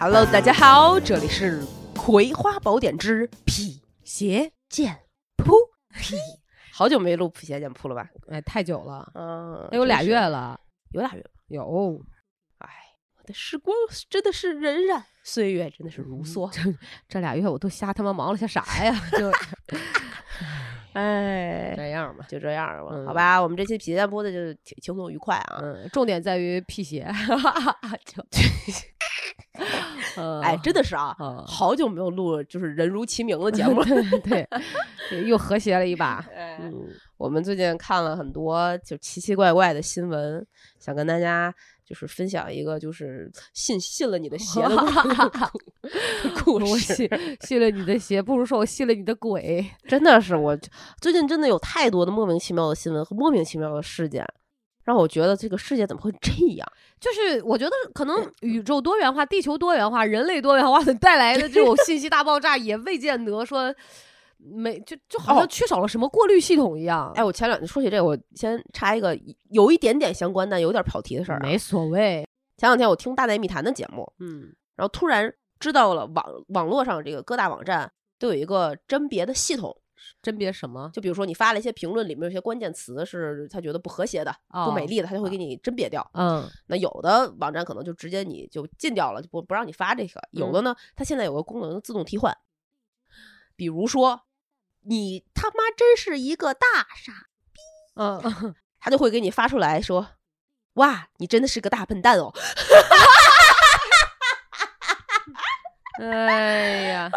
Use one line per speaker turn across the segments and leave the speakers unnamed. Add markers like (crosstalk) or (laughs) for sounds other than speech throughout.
Hello，大家好，这里是《葵花宝典之辟邪剑谱》。 (laughs) 好久没录《辟邪剑谱》了吧？
哎，太久了，
嗯，
得有俩
真是
月，了，
有俩月吧。
有
哎，我的时光真的是荏苒，岁月真的是如 (laughs) 梭。
这俩月我都瞎他妈忙了些啥呀？ (laughs) 就
哎，
这样吧。
就这样吧，
嗯
好吧。我们这期《辟邪剑谱》的就挺轻松愉快啊。
嗯，重点在于辟
(laughs)
邪，就，呃
哎，真的是啊，
呃
好久没有录就是人如其名的节目了。
对 (laughs) 对，又和谐了一
(laughs)
把。
哎
嗯，
我们最近看了很多就奇奇怪怪的新闻，想跟大家就是分享一个就是信信了你的邪 (laughs) 的故故
我
事
信。信了你的邪，不如说我信了你的鬼。
真的是我最近真的有太多的莫名其妙的新闻和莫名其妙的事件，让我觉得这个世界怎么会这样？
就是我觉得可能宇宙多元化、地球多元化、人类多元化的带来的这种信息大爆炸，也未见得说没就就好
哦
像缺少了什么过滤系统一样。
哎，我前两天说起这个，我先插一个有一点点相关但有点跑题的事儿、啊。
没所谓，
前两天我听《大内密谈》的节目，
嗯，
然后突然知道了网网络上这个各大网站都有一个甄别的系统。
甄别什么
就比如说你发了一些评论，里面有些关键词是他觉得不和谐的、
啊
不美，丽的，他就会给你甄别掉。
嗯，
那有的网站可能就直接你就禁掉了，就不不让你发这个。有
嗯
的呢，它现在有个功能自动替换，比如说你他妈真是一个大傻，
嗯， (laughs) 嗯
他就会给你发出来说：“哇，你真的是个大笨蛋哦
哎 (laughs) 呀，！”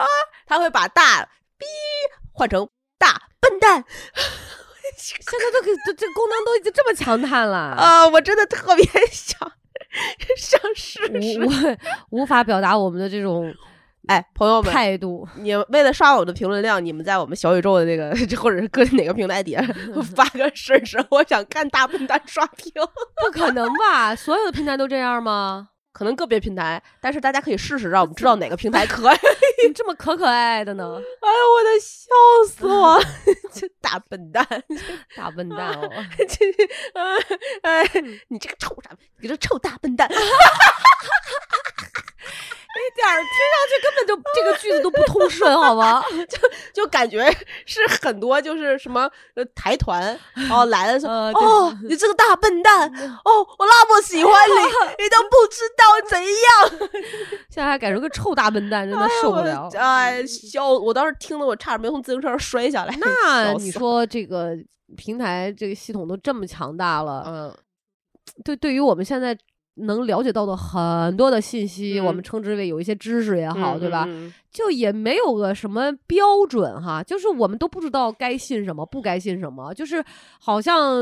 他会把大逼换成大笨蛋
现在都给这这功能都已经这么强悍了啊！
啊！我真的特别 (laughs) 想想试试。
无无法表达我们的这 (laughs) 种
哎，朋友们，
态度，
你为了刷我们的评论量，你们在我们小宇宙的那个， (laughs) 或者是搁哪个平台底下发个试试。我想看大笨蛋刷屏，
(laughs) 不可能吧？所有的平台都这样吗？
(laughs) 可能个别平台，但是大家可以试试，让我们知道哪个平台可以。
怎么这么可可爱爱的 (laughs) 呢？
(laughs) 哎呦，我的笑死我！这大笨蛋，
(laughs) 大笨蛋 (laughs) 哦！
这啊哎，你这个臭傻，你这臭大笨 (laughs) 蛋！
点儿听上去根本就这个句子都不通顺，好吗？
就感觉是很多就是什么呃台 (laughs) 团哦来了说、
(laughs) 呃对
哦你这个大笨蛋哦我那么喜欢你，你都不知道怎样。
(laughs) 现在还改成个臭大笨蛋，真的受不了
我。哎，笑！我当时听的我差点没从自行车上摔下来。
那
笑死
你
了，
说这个平台这个系统都这么强大了，
嗯，
对，对于我们现在能了解到的很多的信息，
嗯
我们称之为有一些知识也好，对吧？
嗯？嗯
就也没有个什么标准哈，就是我们都不知道该信什么，不该信什么，就是好像。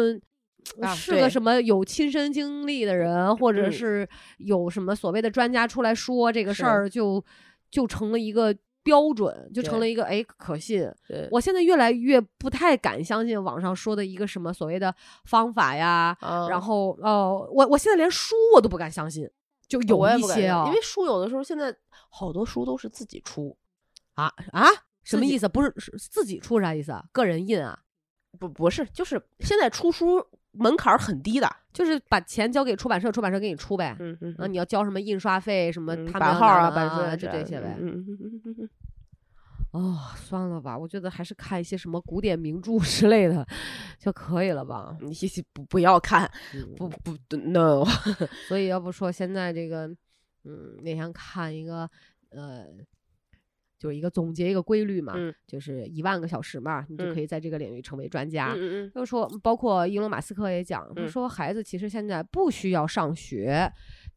啊
是
对
个什么有亲身经历的人，或者
嗯
是有什么所谓的专家出来说这个
是
事儿，就就成了一个标准，就成
对
了一个哎可信。
对
我现在越来越不太敢相信网上说的一个什么所谓的方法呀，
啊
然后哦，我我现在连书我都不敢相信，就有
我也
一
不敢
些
用
啊，
因为书有的时候现在好多书都是自己出，
啊啊，什
自
么
己
意思？不是是自己出啥意思啊？个人印啊，
不不是，就是现在出书门槛儿很低的。
就是把钱交给出版社，出版社给你出呗。
嗯嗯
那你要交什么印刷费、什么
嗯
他们
版
要
号
拿
啊，
呢
版税
就这些呗。
嗯嗯嗯嗯嗯
哦，算了吧，我觉得还是看一些什么古典名著 (laughs) 之类的就可以了吧。
嗯，你不不要看，
嗯
不不不，no， (laughs)
所以要不说现在这个，嗯，那天看一个，呃，就是一个总结一个规律嘛，
嗯
就是一万个小时嘛，你就
嗯
可以在这个领域成为专家。
嗯
就说，包括伊隆马斯克也讲，他
嗯
说孩子其实现在不需要上学，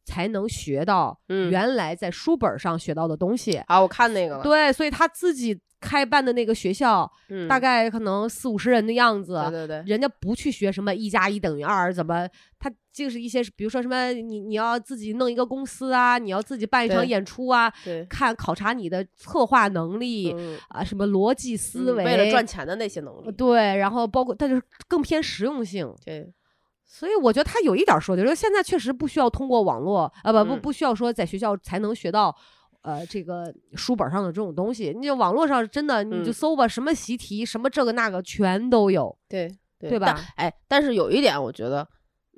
才能学到
嗯
原来在书本上学到的东西。
好，我看那个了，
对，所以他自己开办的那个学校，
嗯
大概可能四五十人的样子。
对对对，
人家不去学什么一加一等于二，怎么他就是一些，比如说什么你你要自己弄一个公司啊，你要自己办一场
对
演出啊，
对，
看考察你的策划能力、
嗯呃
啊，什么逻辑思
嗯
维，
为了赚钱的那些能力，
对，然后包括但就是更偏实用性，
对，
所以我觉得他有一点儿说的，就是现在确实不需要通过网络啊，不不
嗯
不需要说在学校才能学到。呃，这个书本上的这种东西，你就网络上真的你就
嗯
搜吧，什么习题，什么这个那个全都有，
对对
对
但
吧？
哎，但是有一点，我觉得，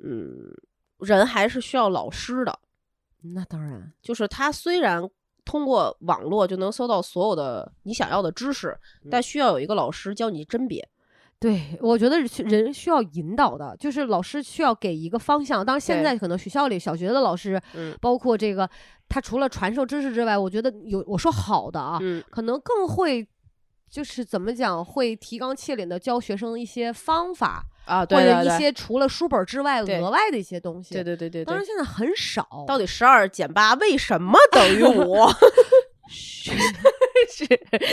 嗯，人还是需要老师的。
那当然，
就是他虽然通过网络就能搜到所有的你想要的知识，但需要有一个老师教你甄别。
对，我觉得是人需要引导的，就是老师需要给一个方向。当然，现
对
在可能学校里小学的老师，
嗯
包括这个，他除了传授知识之外，我觉得有我说好的啊，
嗯，
可能更会就是怎么讲，会提纲挈领的教学生一些方法，
啊，对
或
对
者一
对，
些除了书本之外
对
额外的一些东西。
对对对对
当然
对，
现在很少， (laughs)
到底十二减八为什么等 (laughs) 于五？是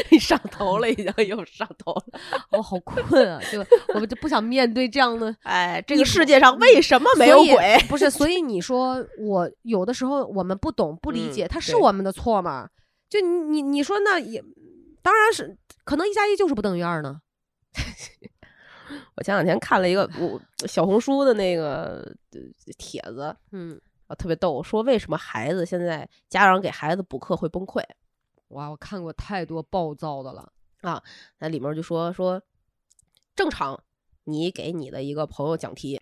你上头了，已经又上头了。
我好困啊，就我们就不想面对这样的
哎，这
你
个世界上为什啊么没有
所以
鬼？
不是，所以你说我有的时候我们不懂不理
嗯
解，它是
对
我们的错吗？就你你你说那也，当然是可能一加一就是不等于二呢。
我前两天看了一个我小红书的那个呃帖子，
嗯，
啊，特别逗，说为什么孩子现在家长给孩子补课会崩溃？
哇，我看过太多暴躁的了。
那里面就说说，正常你给你的一个朋友讲题，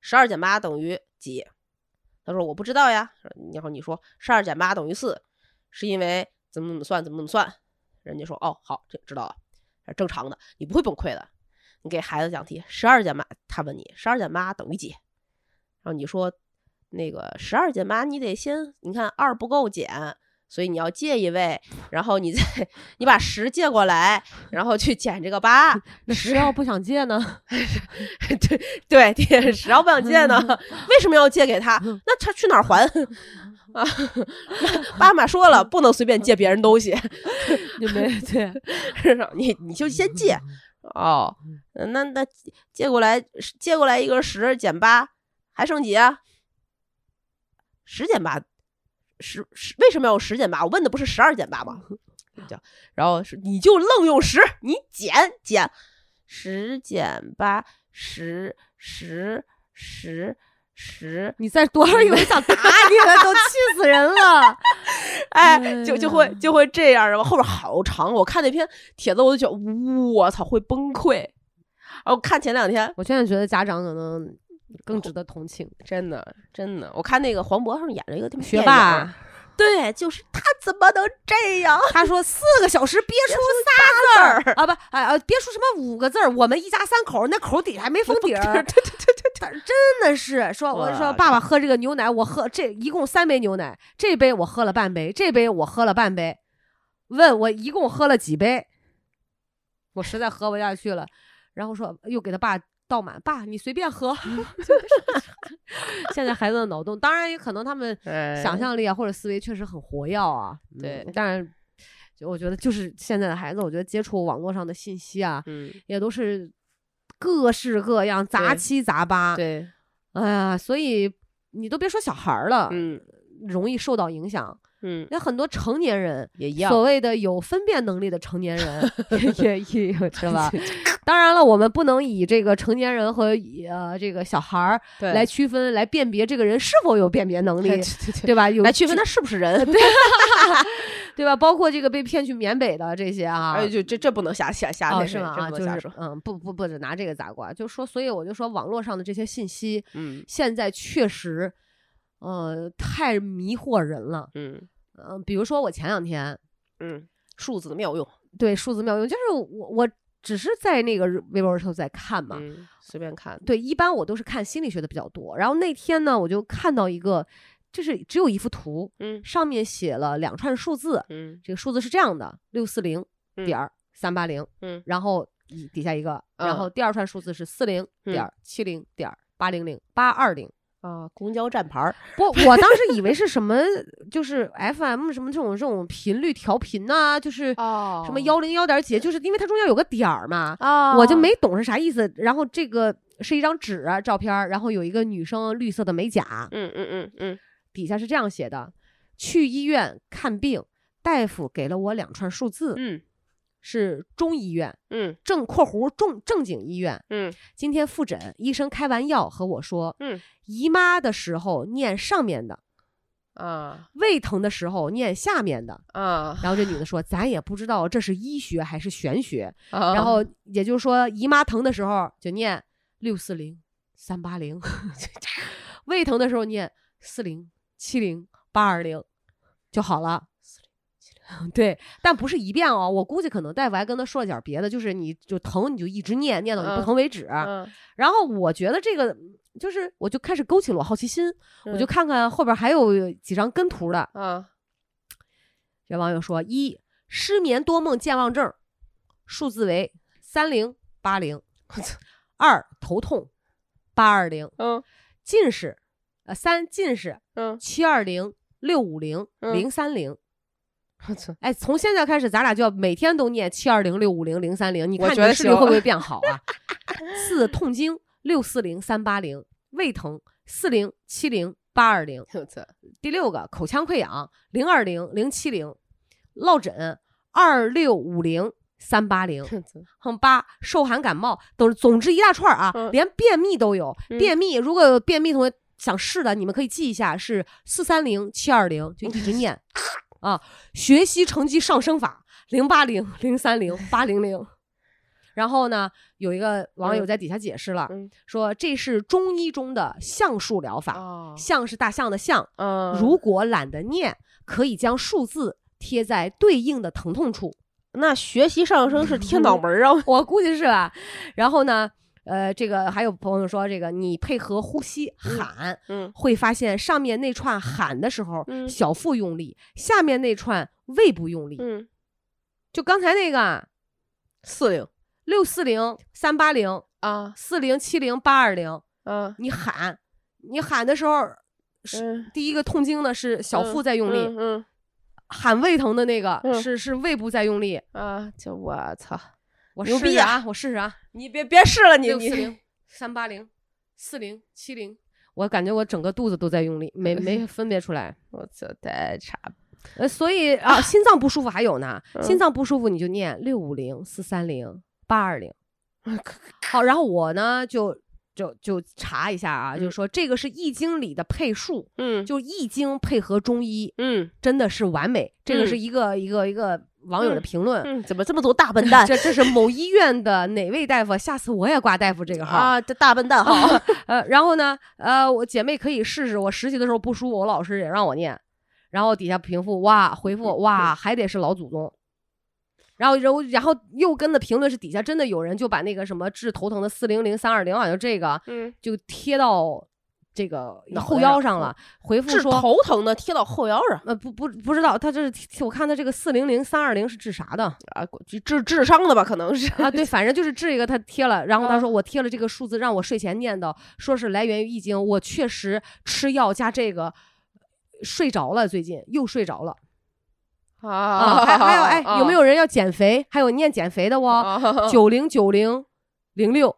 十二减八等于几？他说我不知道呀。然后你说十二减八等于四，是因为怎么怎么算怎么怎么算？人家说哦好，这知道了，这正常的，你不会崩溃的。你给孩子讲题，十二减八，他问你十二减八等于几？然后你说那个十二减八，你得先你看二不够减，所以你要借一位，然后你再 (laughs) 你把十借过来，然后去减这个八，
那谁要不想借呢？ (laughs)
对 (laughs) 对，天，谁要不想借呢？为什么要借给他？那他去哪儿还？ (laughs) 啊，妈妈说了，不能随便借别人东西， (laughs)
你没对，
是吧你 (laughs) 你就先借哦。那那借过来，借过来一个十减八，还剩几啊？十减八，十十为什么要有十减八？我问的不是十二减八吗？就然后是你就愣用十，你减减十减八十十十十，
(laughs) 你在多少有人想打你了，都气死人了。 (laughs)
哎，就就会
哎呀
就会这样，然后后边好长，我看那篇帖子我就觉得我操会崩溃。然后看前两天
我现在觉得家长可能更值得同情，
真的真的，我看那个黄渤上演了一个他妈
学
电
霸
影儿
啊。
对，就是他怎么能这样？
他说四个小时憋出
字
仨
儿
字儿啊，不，哎啊，别说什么五个字儿，我们一家三口儿那口底还没封底儿，
对对对
(laughs)
对
他真的是说，我
哇
说爸爸喝这个牛奶，我喝这一共三杯牛奶，这杯我喝了半杯，这杯我喝了半杯，问我一共喝了几杯，我实在喝不下去了，然后说又给他爸倒满，爸你随便喝。
嗯
(laughs) 现在孩子的脑洞，当然也可能他们
对
想象力啊，或者思维确实很活跃啊。嗯
哎对
当然，就我觉得就是现在的孩子，我觉得接触网络上的信息啊，
嗯，
也都是各式各样、杂
对
七杂八。，
对，
哎呀，所以你都别说小孩儿了，
嗯
容易受到影响。
嗯，
啊那很多成年人，
也一
所
样，
谓的有分辨能力的成年
(laughs)
人，也也有是吧？ (laughs) 当然了，我们不能以这个成年人和以呃这个小孩儿
对
(laughs) 来区分、来辨别这个人是否有辨别能
(laughs)
力
对，对
对吧？有
来区分
这
他是不是
(laughs)
人。
对吧？包括这个被骗去缅北的这些啊，
哎，就这这不能瞎瞎瞎
哦
那
是吗？啊，
这
就
不能瞎
是
说。
嗯，不不不，只拿这个砸锅，就说，所以我就说网络上的这些信息，
嗯
现在确实，呃，太迷惑人了。
嗯
嗯、比如说我前两天
嗯，数字的妙用
对数字妙用，就是我我只是在那个微博上在看嘛，
嗯，随便看。
对，一般我都是看心理学的比较多。然后那天呢，我就看到一个，就是只有一幅图，
嗯
上面写了两串数字，
嗯
这个数字是这样的：六四零
嗯
点儿三八零，
嗯
然后一底下一个，然
嗯
后第二串数字是四零
嗯
点七零点八零零八二零。
啊，公交站牌儿
不，我当时以为是什么，就是 FM 什么这种这种频率调频呐、就是
哦
什么幺零幺点几，就是因为它中间有个点儿嘛，
啊，
我就没懂是啥意思。然后这个是一张纸啊照片儿，然后有一个女生绿色的美甲，
嗯嗯嗯嗯
底下是这样写的：去医院看病，大夫给了我两串数字，
嗯
是中医院。
嗯
正（括弧正正经医院
嗯）
今天复诊，医生开完药和我说，
嗯
姨妈的时候念上面的，
啊
胃疼的时候念下面的。
啊，
然后这女的说，咱也不知道这是医学还是玄学。
然
然后也就是说，姨妈疼的时候就念六四零三八零， (laughs) 胃疼的时候念四零七零八二零就好了。 (laughs) 对，但不是一遍哦，我估计可能大夫还跟他说了点别的，就是你就疼你就一直念，念到你
嗯
不疼为止。
嗯，
然后我觉得这个就是，我就开始勾起了我好奇心，我就
嗯
看看后边还有几张跟图的。
啊，
这网友说：一、失眠多梦健忘症，数字为三零八零；
我操，
二、头痛八二零；
嗯
近视，呃三近视
嗯，
七二零六五零
嗯
零三零。
我操，
哎，从现在开始，咱俩就要每天都念七二零六五零零三零，你
我
看你
觉
的
得
视力
行
会不会变好啊？四痛经六四零三八零，胃疼四零七零八二零。
我操，
第六个口腔溃疡零二零零七零，落枕二六五零三八零，
我操，
哼八受寒感冒都是，总之一大串儿啊，
嗯
连便秘都有。
嗯
便秘如果有便秘同学想试的，你们可以记一下，是四三零七二零，就一直
嗯
念啊。学习成绩上升法零八零零三零八零零。然后呢，有一个网友
嗯
在底下解释了，
嗯
说这是中医中的象数疗法，
啊，
象是大象的象，
嗯，
如果懒得念，可以将数字贴在对应的疼痛处。 (laughs)
那学习上升是贴脑门儿 (laughs) 啊，
我估计是吧？然后呢，呃，这个还有朋友说，这个你配合呼吸
嗯
喊，
嗯
会发现上面那串喊的时候，
嗯
小腹用力，下面那串胃部用力。
嗯，
就刚才那个啊
四零
六四零三八零
啊
四零七零八二零，
啊，
你喊，你喊的时候，
嗯，
第一个痛经的是小腹在用力，
嗯嗯
喊胃疼的那个
嗯
是是胃部在用力。
啊，就我操，
我
牛
试
逼
试
啊
啊！我试试啊！
你别别试了，你
六四
你
零三八零四零七零，我感觉我整个肚子都在用力， (laughs) 没没分别出来。
(laughs) 我操，太差了，
呃，所以啊，心脏不舒服还有 (laughs) 呢，心
嗯
脏不舒服你就念六五零四三零八二 (laughs) 零。好，然后我呢就就就查一下啊，就是
嗯
说这个是《易经》里的配数，
嗯
就《易经》配合中医
嗯
真的是完美。这个是
嗯
一个一个一个网友的
嗯
评论。
嗯，怎么这么多大 (laughs) 笨蛋
(laughs) 这这是某医院的哪位大夫？下次我也挂大夫这个号。
啊？这大笨蛋好，
(laughs) 呃，然后呢，呃，我姐妹可以试试。我实习的时候不舒服，我老师也让我念，然后底下评复哇，回复哇，还得是老祖宗。然后，然后，然后又跟的评论是底下真的有人就把那个什么治头疼的四零零三二零，好像这个
嗯，
就贴到这个
脑袋
后腰
上
上了，回复
治
说
头疼的贴到后腰上
呃不不不知道他这是我看他这个四零零三二零是治啥的
啊，治治智商的吧，可能是
(laughs) 啊？
(laughs)
对，反正就是治一个他贴了，然后他
啊
说我贴了这个数字让我睡前念叨，说是来源于易经，我确实吃药加这个。睡着了，最近又睡着了
啊
还还有哎，有没有人要减肥？还有念减肥的哦，
啊？ (laughs)
九零九零零六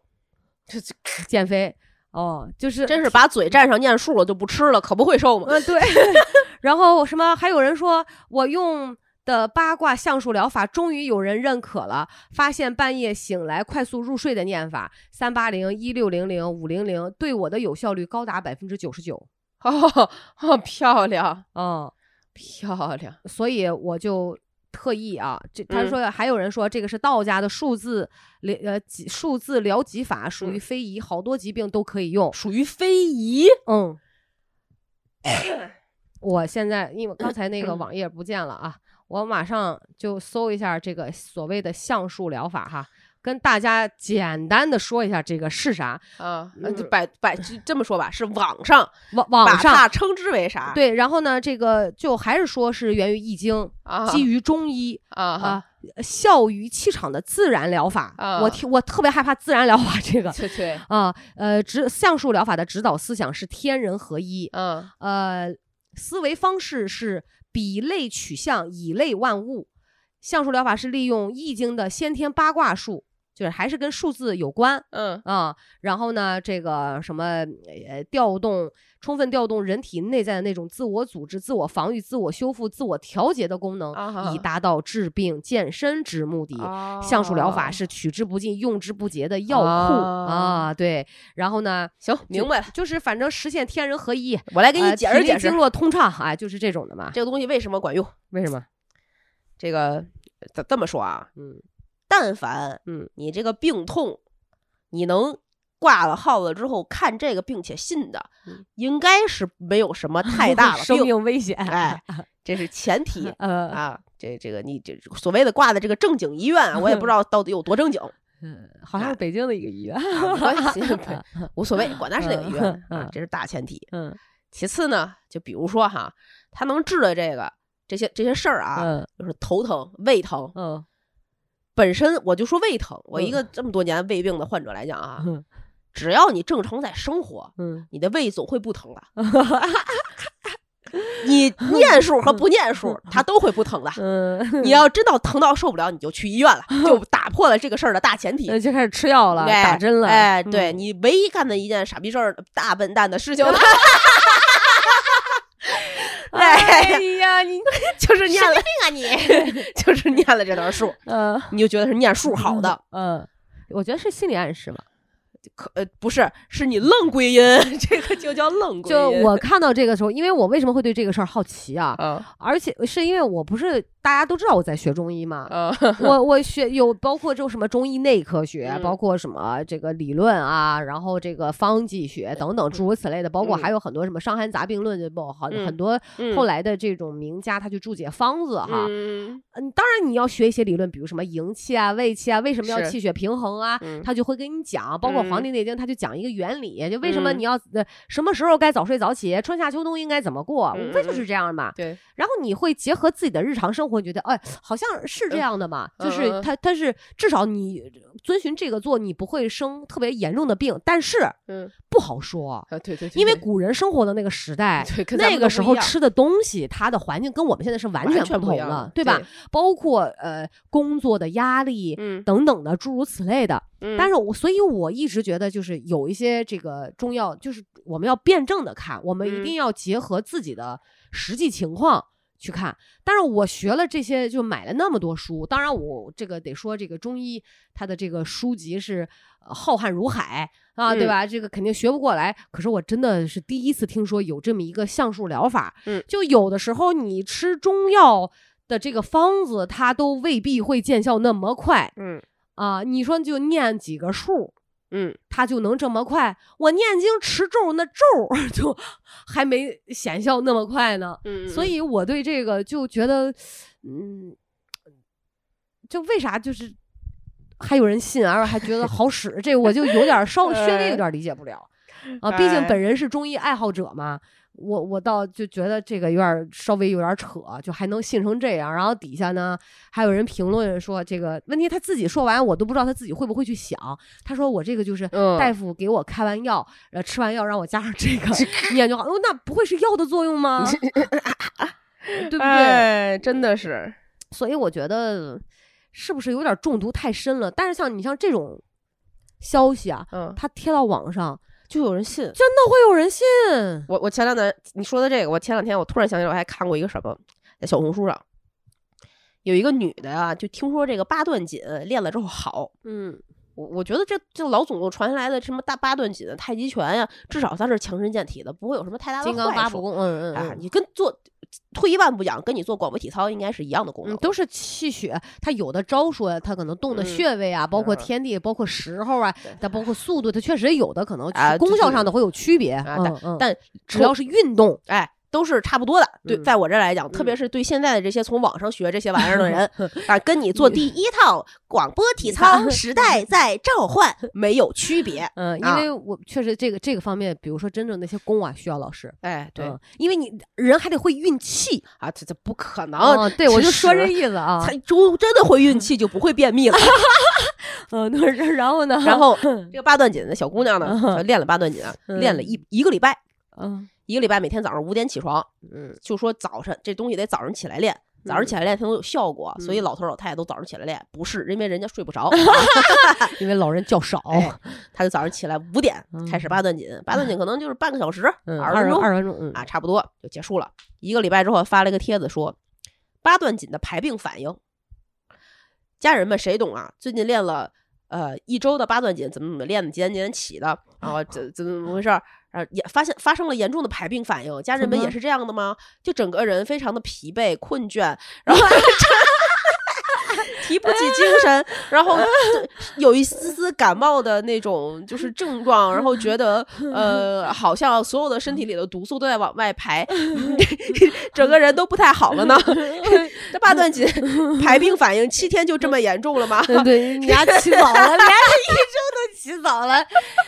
这这
减肥哦，就是
真是把嘴占上念数了就不吃了，可不会瘦嘛。
嗯，对。 (laughs) 然后什么？还有人说我用的八卦相术疗法终于有人认可了，发现半夜醒来快速入睡的念法三八零一六零零五零零对我的有效率高达百分之九十九。
(laughs) 哦，哦漂亮，
嗯，
漂亮，
所以我就。特意啊，这他
嗯
说还有人说这个是道家的数字疗呃几数字疗疾法，属于非遗，好多疾病都可以用。
属于非遗。
嗯，
哎
(clears throat) 我现在因为刚才那个网页不见了啊，我马上就搜一下这个所谓的橡树疗法哈，跟大家简单的说一下这个是啥。
啊，
嗯
就百百就这么说吧，是网上
网网
把它
上
称之为啥？
对，然后呢，这个就还是说是源于易经，
啊
基于中医
啊哈，
啊。效于气场的自然疗法，
啊
我听我特别害怕自然疗法
(laughs)
这个
对对，
啊，呃，指橡树疗法的指导思想是天人合一，
嗯
呃，思维方式是比类取象，以类万物。象数疗法是利用易经的先天八卦术，就是还是跟数字有关
嗯
啊、然后呢，这个什么呃，调动充分调动人体内在的那种自我组织、自我防御、自我修复、自我调节的功能，
啊哈
以达到治病健身之目的。
啊
象数疗法是取之不尽、用之不竭的药库
啊
啊，对。然后呢，
行，明白了。
就是反正实现天人合一，
我来给你
呃
解释
体内
解释
经，络通畅，哎，就是这种的嘛。
这个东西为什么管用。
为什么？
这个咱这么说啊，
嗯
但凡
嗯
你这个病痛，你能挂了号了之后看这个并且信的
嗯，
应
(laughs)
该是没有什么太大的
生
病。哎
(laughs) 命危险。 (laughs)
哎，这是前提
呃，
啊。这这个你这所谓的挂的这个正经医院啊，我也不知道到底有多正
(laughs)
经，啊
嗯，好
哎
像是北京的一个医院，
没关
(laughs)
系， (laughs) 对无所谓，管他是哪个医院
嗯
啊
嗯，
这是大前提。
嗯
其次呢，就比如说哈，他能治的这个这些这些事儿啊，
嗯
就是头疼、胃疼，
嗯
本身我就说胃疼，我一
嗯
个这么多年胃病的患者来讲啊，
嗯
只要你正常在生活，
嗯，
你的胃总会不
(laughs)
疼的。你念数和不念数，它都会不疼的。
嗯， (laughs)
你要真到疼到受不了，你就去医院了，就打破了这个事儿的大前提。
那就开始吃药了，
哎
呃打针了，
哎，
嗯
对， (laughs) 你唯一干的一件傻逼事儿、大笨蛋的事
(laughs)
情呢，
哎呀，
(laughs)
你
就是念了，
那啊你，
(laughs) 就是念了这段数，
嗯，
你就觉得是念数好的，
嗯，我觉得是心理暗示吧。
可呃不是，是你愣归因， (laughs) 这个就叫愣归因。
就我看到这个时候，因为我为什么会对这个事儿好奇啊？
啊
而且是因为我不是大家都知道我在学中医嘛，
啊， (laughs)
我我学有包括这种什么中医内科学，
嗯
包括什么这个理论啊，然后这个方剂学等等诸如此类的，包括还有很多什么《伤寒杂病论》就包括很、
嗯
很多
嗯
后来的这种名家他去注解方子哈。
嗯
嗯，当然你要学一些理论，比如什么营气啊、胃气啊，为什么要
是
气血平衡啊，
嗯
他就会跟你讲。包括《黄
嗯
帝内经》，他就讲一个原理，就为什么
嗯
你要、呃什么时候该早睡早起，春夏秋冬应该怎么过，
嗯
无非就
嗯
是这样嘛。
对，
然后你会结合自己的日常生活，你觉得哎，好像是这样的嘛，就
嗯
是
嗯
它它是至少你遵循这个做，你不会生特别严重的病，但是
嗯
不好说，
啊对对，对
因为
对
古人生活的那个时代。
对 (laughs) 跟咱
那
们
个
都
时
不
候
一样
吃的东西，它的环境跟我们现在是完全
完
不
全
同
一样
了
了，，
对吧？？包括呃工作的压力
嗯，
等等的诸如此类的。
是
但是我所以我一直觉得，就是有一些这个中药，就是我们要辩证的看，我们一
嗯
定要结合自己的实际情况去看。但是我学了这些，就买了那么多书，当然我这个得说，这个中医它的这个书籍是呃浩瀚如海啊，对
嗯
吧？这个肯定学不过来。可是我真的是第一次听说有这么一个橡树疗法，
嗯
就有的时候你吃中药。的这个方子，它都未必会见效那么快，
嗯
啊、你说就念几个数，
嗯
它就能这么快？我念经持咒，那咒儿 (laughs) 就还没显效那么快呢。
嗯，
所以我对这个就觉得，嗯，就为啥就是还有人信，而还觉得
(laughs)
好使，这我就有点儿稍微稍微有点儿理解不了啊。毕竟
哎
本人是中医爱好者嘛，我我倒就觉得这个有点儿稍微有点儿扯，就还能信成这样。然后底下呢还有人评论说这个问题他自己说完，我都不知道他自己会不会去想。他说我这个就是
嗯
大夫给我开完药，呃，吃完药让我加上这个念就好。哦，那不会是药的作
(laughs)
用吗？嗯对不对？
哎，真的是，
所以我觉得是不是有点中毒太深了？但是像你像这种消息啊，
嗯，
它贴到网上，
就有人信。
真的会有人信？
我我前两天你说的这个，我前两天我突然想起来，我还看过一个什么，在小红书上有一个女的啊，就听说这个八段锦练了之后好。
嗯
我我觉得这这老祖宗传下来的什么大八段锦、太极拳呀、至少它是强身健体的，不会有什么太大的
金刚
坏
八
处
不共，嗯嗯
啊。
嗯。
你跟做退一万步讲，跟你做广播体操应该是一样的功
嗯
能，。
都是气血，它有的招数，啊它可能动的
嗯
穴位啊，包括
是
天地，包括时候啊
对，
它包括速度，它确实有的可能
啊
功
就
效
是
上的会有区别。
啊
嗯嗯，
但
只要是运动，
哎，都是差不多的。对，
嗯
在我这儿来讲，特别是对现在的这些从网上学这些玩意儿的
(laughs)
人，啊，跟你做第一套广播体操，时
(laughs)
代在召唤，没有区别。
嗯，因
啊
为我确实这个这个方面，比如说真正那些功啊，需要老师。
哎，对
嗯，因为你人还得会运气。
啊，这这不可能。
哦，对，我
其
就说这
实
意思啊。
他就真的会运气，就不会便
(laughs)
秘了。
嗯，那然然后呢？
然，
(laughs)
后这个八段锦的小姑娘呢，就练了八段锦啊，
嗯
练了一一个礼拜，
嗯
一个礼拜每天早上五点起床，
嗯
就说早晨这东西得早上起来练，早上起来练才能有效果。所以
嗯
老头老太太都早上起来练，不是因为人家睡不着，
因为老人较少，
哎他就早上起来五点开始
哦嗯
八段锦，八段锦可能就是半个小时，
嗯，
二十分钟
二十分钟，嗯
啊，差不多就结束了。一个礼拜之后发了一个帖子说，八段锦的排病反应，家人们谁懂啊？最近练了呃一周的八段锦，怎么怎么练的，几点几点起的，然后怎怎么怎么回事儿？然后也发现发生了严重的排病反应，家人们
怎
也
么
是这样的吗？就整个人非常的疲惫、困倦，然后。提不起精神，然 (laughs) 后有一丝丝感冒的那种就是症状，然后觉得呃，好像所有的身体里的毒素都在往外 (laughs) 排，整个人都不太好了 (laughs) 呢。这八段 (laughs) 锦排病反应七天就这么严重了吗？
对嗯对，你丫起早了，连医生都起早了，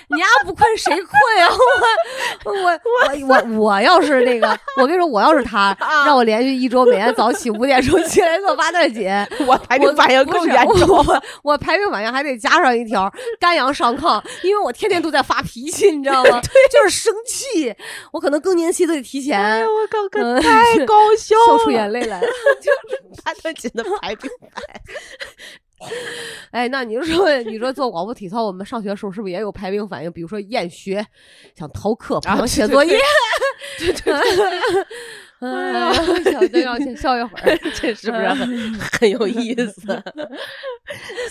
你丫不困谁困啊？ (laughs) 我我我我我要是那个，我跟你说，我要是他，让我连续一周每天早起五点钟起来做八段锦，
我排病反应
不
更
是
严重。
我我排病晚上还得加上一条肝阳上亢，因为我天天都在发脾气，你知道吗？就是生气，我可能更年期都得提
哎
前
呦，，我靠，可
嗯
太搞笑了！
笑出眼泪来。
八段锦的排病
哎，那你就说，你说做广播体操，我们上学的时候是不是也有排病反应？比如说厌学、想逃课、不
啊
想
对
写
对
作业
对，
对对对，哎，想再让先笑一会儿。
这是不是很很有意 (laughs) 思？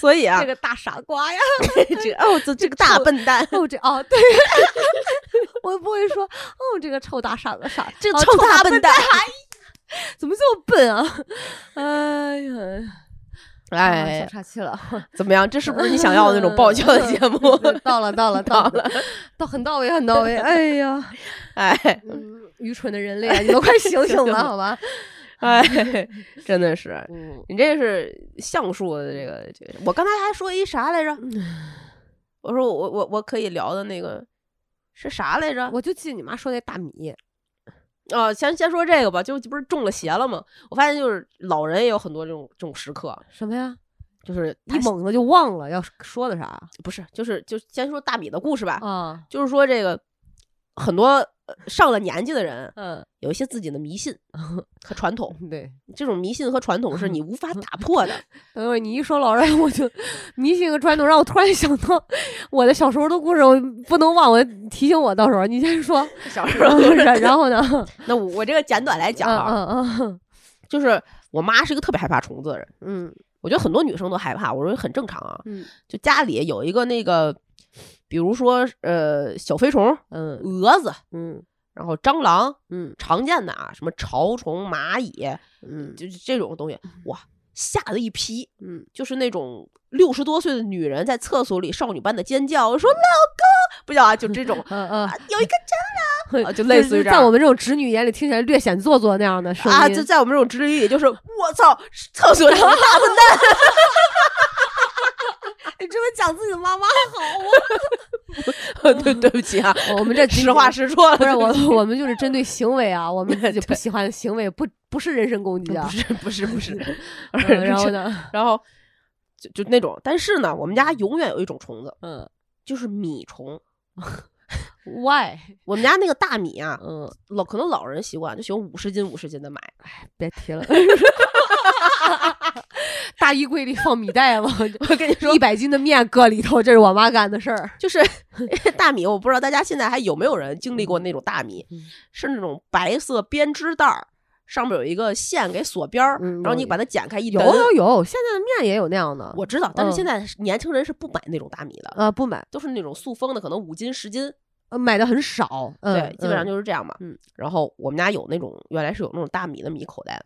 所以啊
这，个大傻瓜呀！
这个哦，这这个大
臭
笨蛋，
哦，这哦，对， (laughs) 我不会说哦，这个臭大傻傻，
这
哦
臭
大
大笨
笨
蛋，
(laughs) 怎么这么笨啊？哎呀，啊小
哎，
岔
(laughs)
气了，
怎么样？这是不是你想要的那种爆笑的节目？
到了，到了，
到
了，到很到位，很到位。哎
(laughs)
呀，
(laughs) 哎
嗯愚蠢的人类啊，你都
(laughs)
快醒醒了，好吧？
哎，真的是，
嗯，
你这是橡树的这个，这个我刚才还说一啥 (sighs) 来着？我说我我我可以聊的那个是啥来着？
我就记得你妈说那大米，
啊，先先说这个吧，就不是中了邪了吗？我发现就是老人也有很多这种这种时刻，
什么呀？
就是啊他
一猛子就忘了要说的啥
不是，就是就先说大米的故事吧，
啊？
就是说这个很多呃上了年纪的人
嗯，
有一些自己的迷 (laughs) 信和传统，
对。
这种迷信和传统是
嗯
你无法打破
(laughs)
的。
等会儿哎你一说老人，我 (laughs) 就迷信和传统，让我突然想到我的小时候的故事，我不能忘，我提醒我到时候你先说。
小 (laughs) 时
然
候
后，然后呢？
那我我这个简短来讲啊，
嗯嗯
就是我妈是一个特别害怕虫子的人，
嗯
我觉得很多女生都害怕，我说很正常啊。
嗯
就家里有一个那个，比如说呃小飞虫、
嗯
蛾子，
嗯
然后蟑螂，
嗯
常见的啊，什么潮虫、蚂蚁，
嗯
就是这种东西，哇，吓得一批。
嗯，。
就是那种六十多岁的女人在厕所里少女般的尖叫，我说老公，不叫啊，就这种
(laughs) 嗯
啊有一个
嗯， (laughs)
啊就类似于
是
这样
在我们这种直女眼里，听起来略显做作那样的声
真
音
啊，就在我们这种直立，也就是我操，厕所里有个大笨
(laughs)
蛋，
你这么讲自己的妈妈 (laughs) 好啊！
对对不起啊，
我们这
(laughs)
仅
实话实说了，
不是我
对，
我们就是针对行为啊，我们
(laughs)
自己不喜欢的行为，不不是人身攻击啊
不。起，不是不是不是，
嗯然后呢？
(laughs) 然后就就那种，但是呢，我们家永远有一种虫子，
嗯
就是米虫。
，why？
我们家那个大米啊，
嗯，
老可能老人习惯就喜欢五十斤五十斤的买，
别提了。 (laughs) 大衣柜里放米袋吗？ (laughs)
我跟你说
一，百斤的面搁里头，这是我妈干的事儿。
就是 (laughs) 大米，我不知道大家现在还有没有人经历过那种大米，
嗯
是那种白色编织袋儿，上面有一个线给锁边儿，
嗯
然后
有
你把它剪开一
有
扽。
有有，现在的面也有那样的。
我知道，但是
嗯
现在是年轻人是不买那种大米的，
呃不买，
都是那种塑封的，可能五斤十斤，
呃买的很少。嗯
对，基本上
嗯
就是这样嘛。
嗯
然后我们家有那种原来是有那种大米的米口袋的，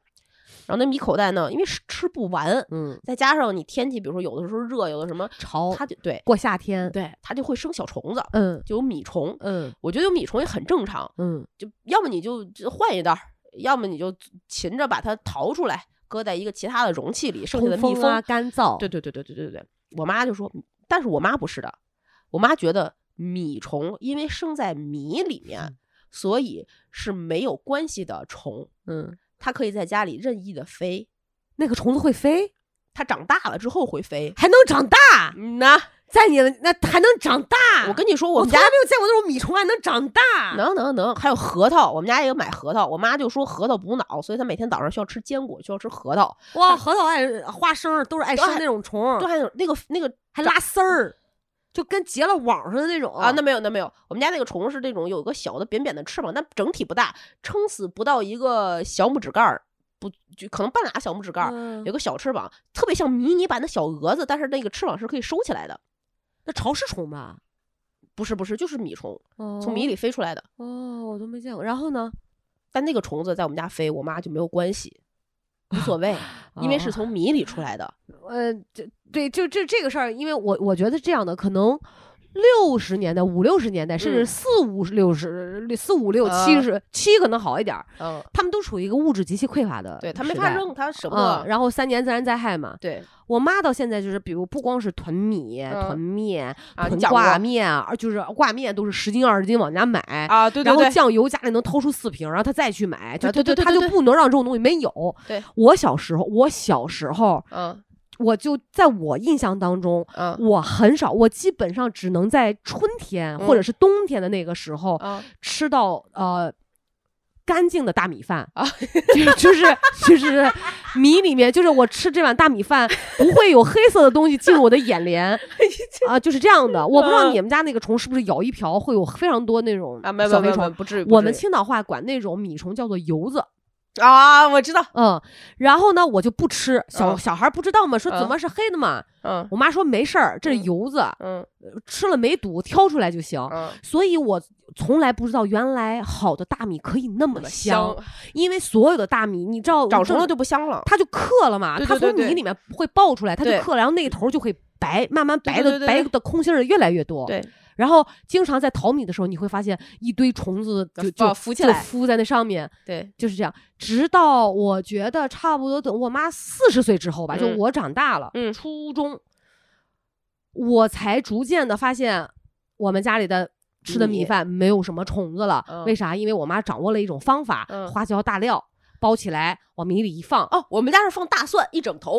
然后那米口袋呢，因为是吃不完，
嗯
再加上你天气，比如说有的时候热，有的什么，
潮
它就对
过夏天。
对，它就会生小虫子，
嗯
就有米虫。
嗯
我觉得有米虫也很正常，
嗯
就要么你就就换一袋儿，要么你就擒着把它淘出来，搁在一个其他的容器里，剩下的
通
密
风啊，干燥。
对对对对对对对，我妈就说，但是我妈不是的，我妈觉得米虫因为生在米里面，所以是没有关系的虫，
嗯，
它可以在家里任意的飞，
那个虫子会飞，
它长大了之后会飞。
还能长大，
嗯呐，
在你们那还能长大。
我跟你说，
啊我
我们
从
家
来没有见过那种米虫还能长大。
能能能，还有核桃，我们家也有买核桃，我妈就说核桃补脑，所以她每天早上需要吃坚果，需要吃核桃。
哇，核桃爱花生都是爱生
对
那种虫，
对，还有那个那个
还拉丝儿，就跟结了网似的那种
嗯啊，那没有，那没有，我们家那个虫是那种有个小的扁扁的翅膀，但整体不大，撑死不到一个小拇指盖儿，不就可能半拉小拇指盖儿，
嗯
有个小翅膀，特别像迷你版的小蛾子，但是那个翅膀是可以收起来的。
那潮湿虫吧？
不是不是，就是米虫从
从
米里飞出来的，哦
哦，我都没见过。然后呢？
但那个虫子在我们家飞，我妈就没有关系。无所
(laughs)
谓，因为是
哦
从米里出来的。
呃，这对，就这这个事儿，因为我我觉得这样的可能。六十年代、五六十年代，甚至
嗯
四五六十、四五六
啊
七十七可能好一点儿，
嗯，
他们都处于一个物质极其匮乏嗯的，
对他没法，扔，他舍不
嗯，
得。
然后三年自然灾害嘛，
对
我妈到现在就是，比如不光是囤米、
嗯
囤面、
啊，
囤
你讲过
挂面，而就是挂面都是十斤二十斤往家买，
啊，对对
然后
对，
酱油家里能掏出四瓶，然后她再去买，就
啊对对
就
对
她
对
就
对
不能让这种东西没有。
对，
我小时候，我小时候，
嗯
我就在我印象当中。
嗯
我很少，我基本上只能在春天
嗯
或者是冬天的那个时候
嗯，
吃到呃干净的大米饭
啊
就就是就是米里面，就是我吃这碗大米饭不会有黑色的东西进入我的眼帘
(laughs)
啊、就是这样的。我不知道你们家那个虫是不是咬一瓢会有非常多那种
嗯啊，没有
小
没
飞
有没有
虫。
不至于。不
我们
至
青岛话管那种米虫叫做油子，
于啊，我知道，
嗯，然后呢，我就不吃，小
嗯
小孩不知道嘛，说
嗯
怎么是黑的嘛，
嗯
我妈说没事儿，这是
嗯
油子，
嗯
吃了没毒，挑出来就行。
嗯，
所以我从来不知道原来好的大米可以那么
么
香，因为所有的大米，你知道
长熟了
就
就不香了。
它就嗑了嘛，
对对
它
对
从
对
泥里面会爆出来，它就
对
嗑了，然后那头就会白，慢慢白
对
的
对对
白
对
的空心儿越来越多。
对，
然后经常在淘米的时候，你会发现一堆虫子就
啊
就
浮起
就
来
浮在那上面，
对，
就是这样。直到我觉得差不多等我妈四十岁之后吧，就
嗯
我长大了，
嗯
初中，我才逐渐的发现我们家里的。吃的米
米
饭没有什么虫子了，
嗯
为啥？因为我妈掌握了一种方法，
嗯
花椒大料包起来往米里一放，
哦，我们家是放大蒜一整头，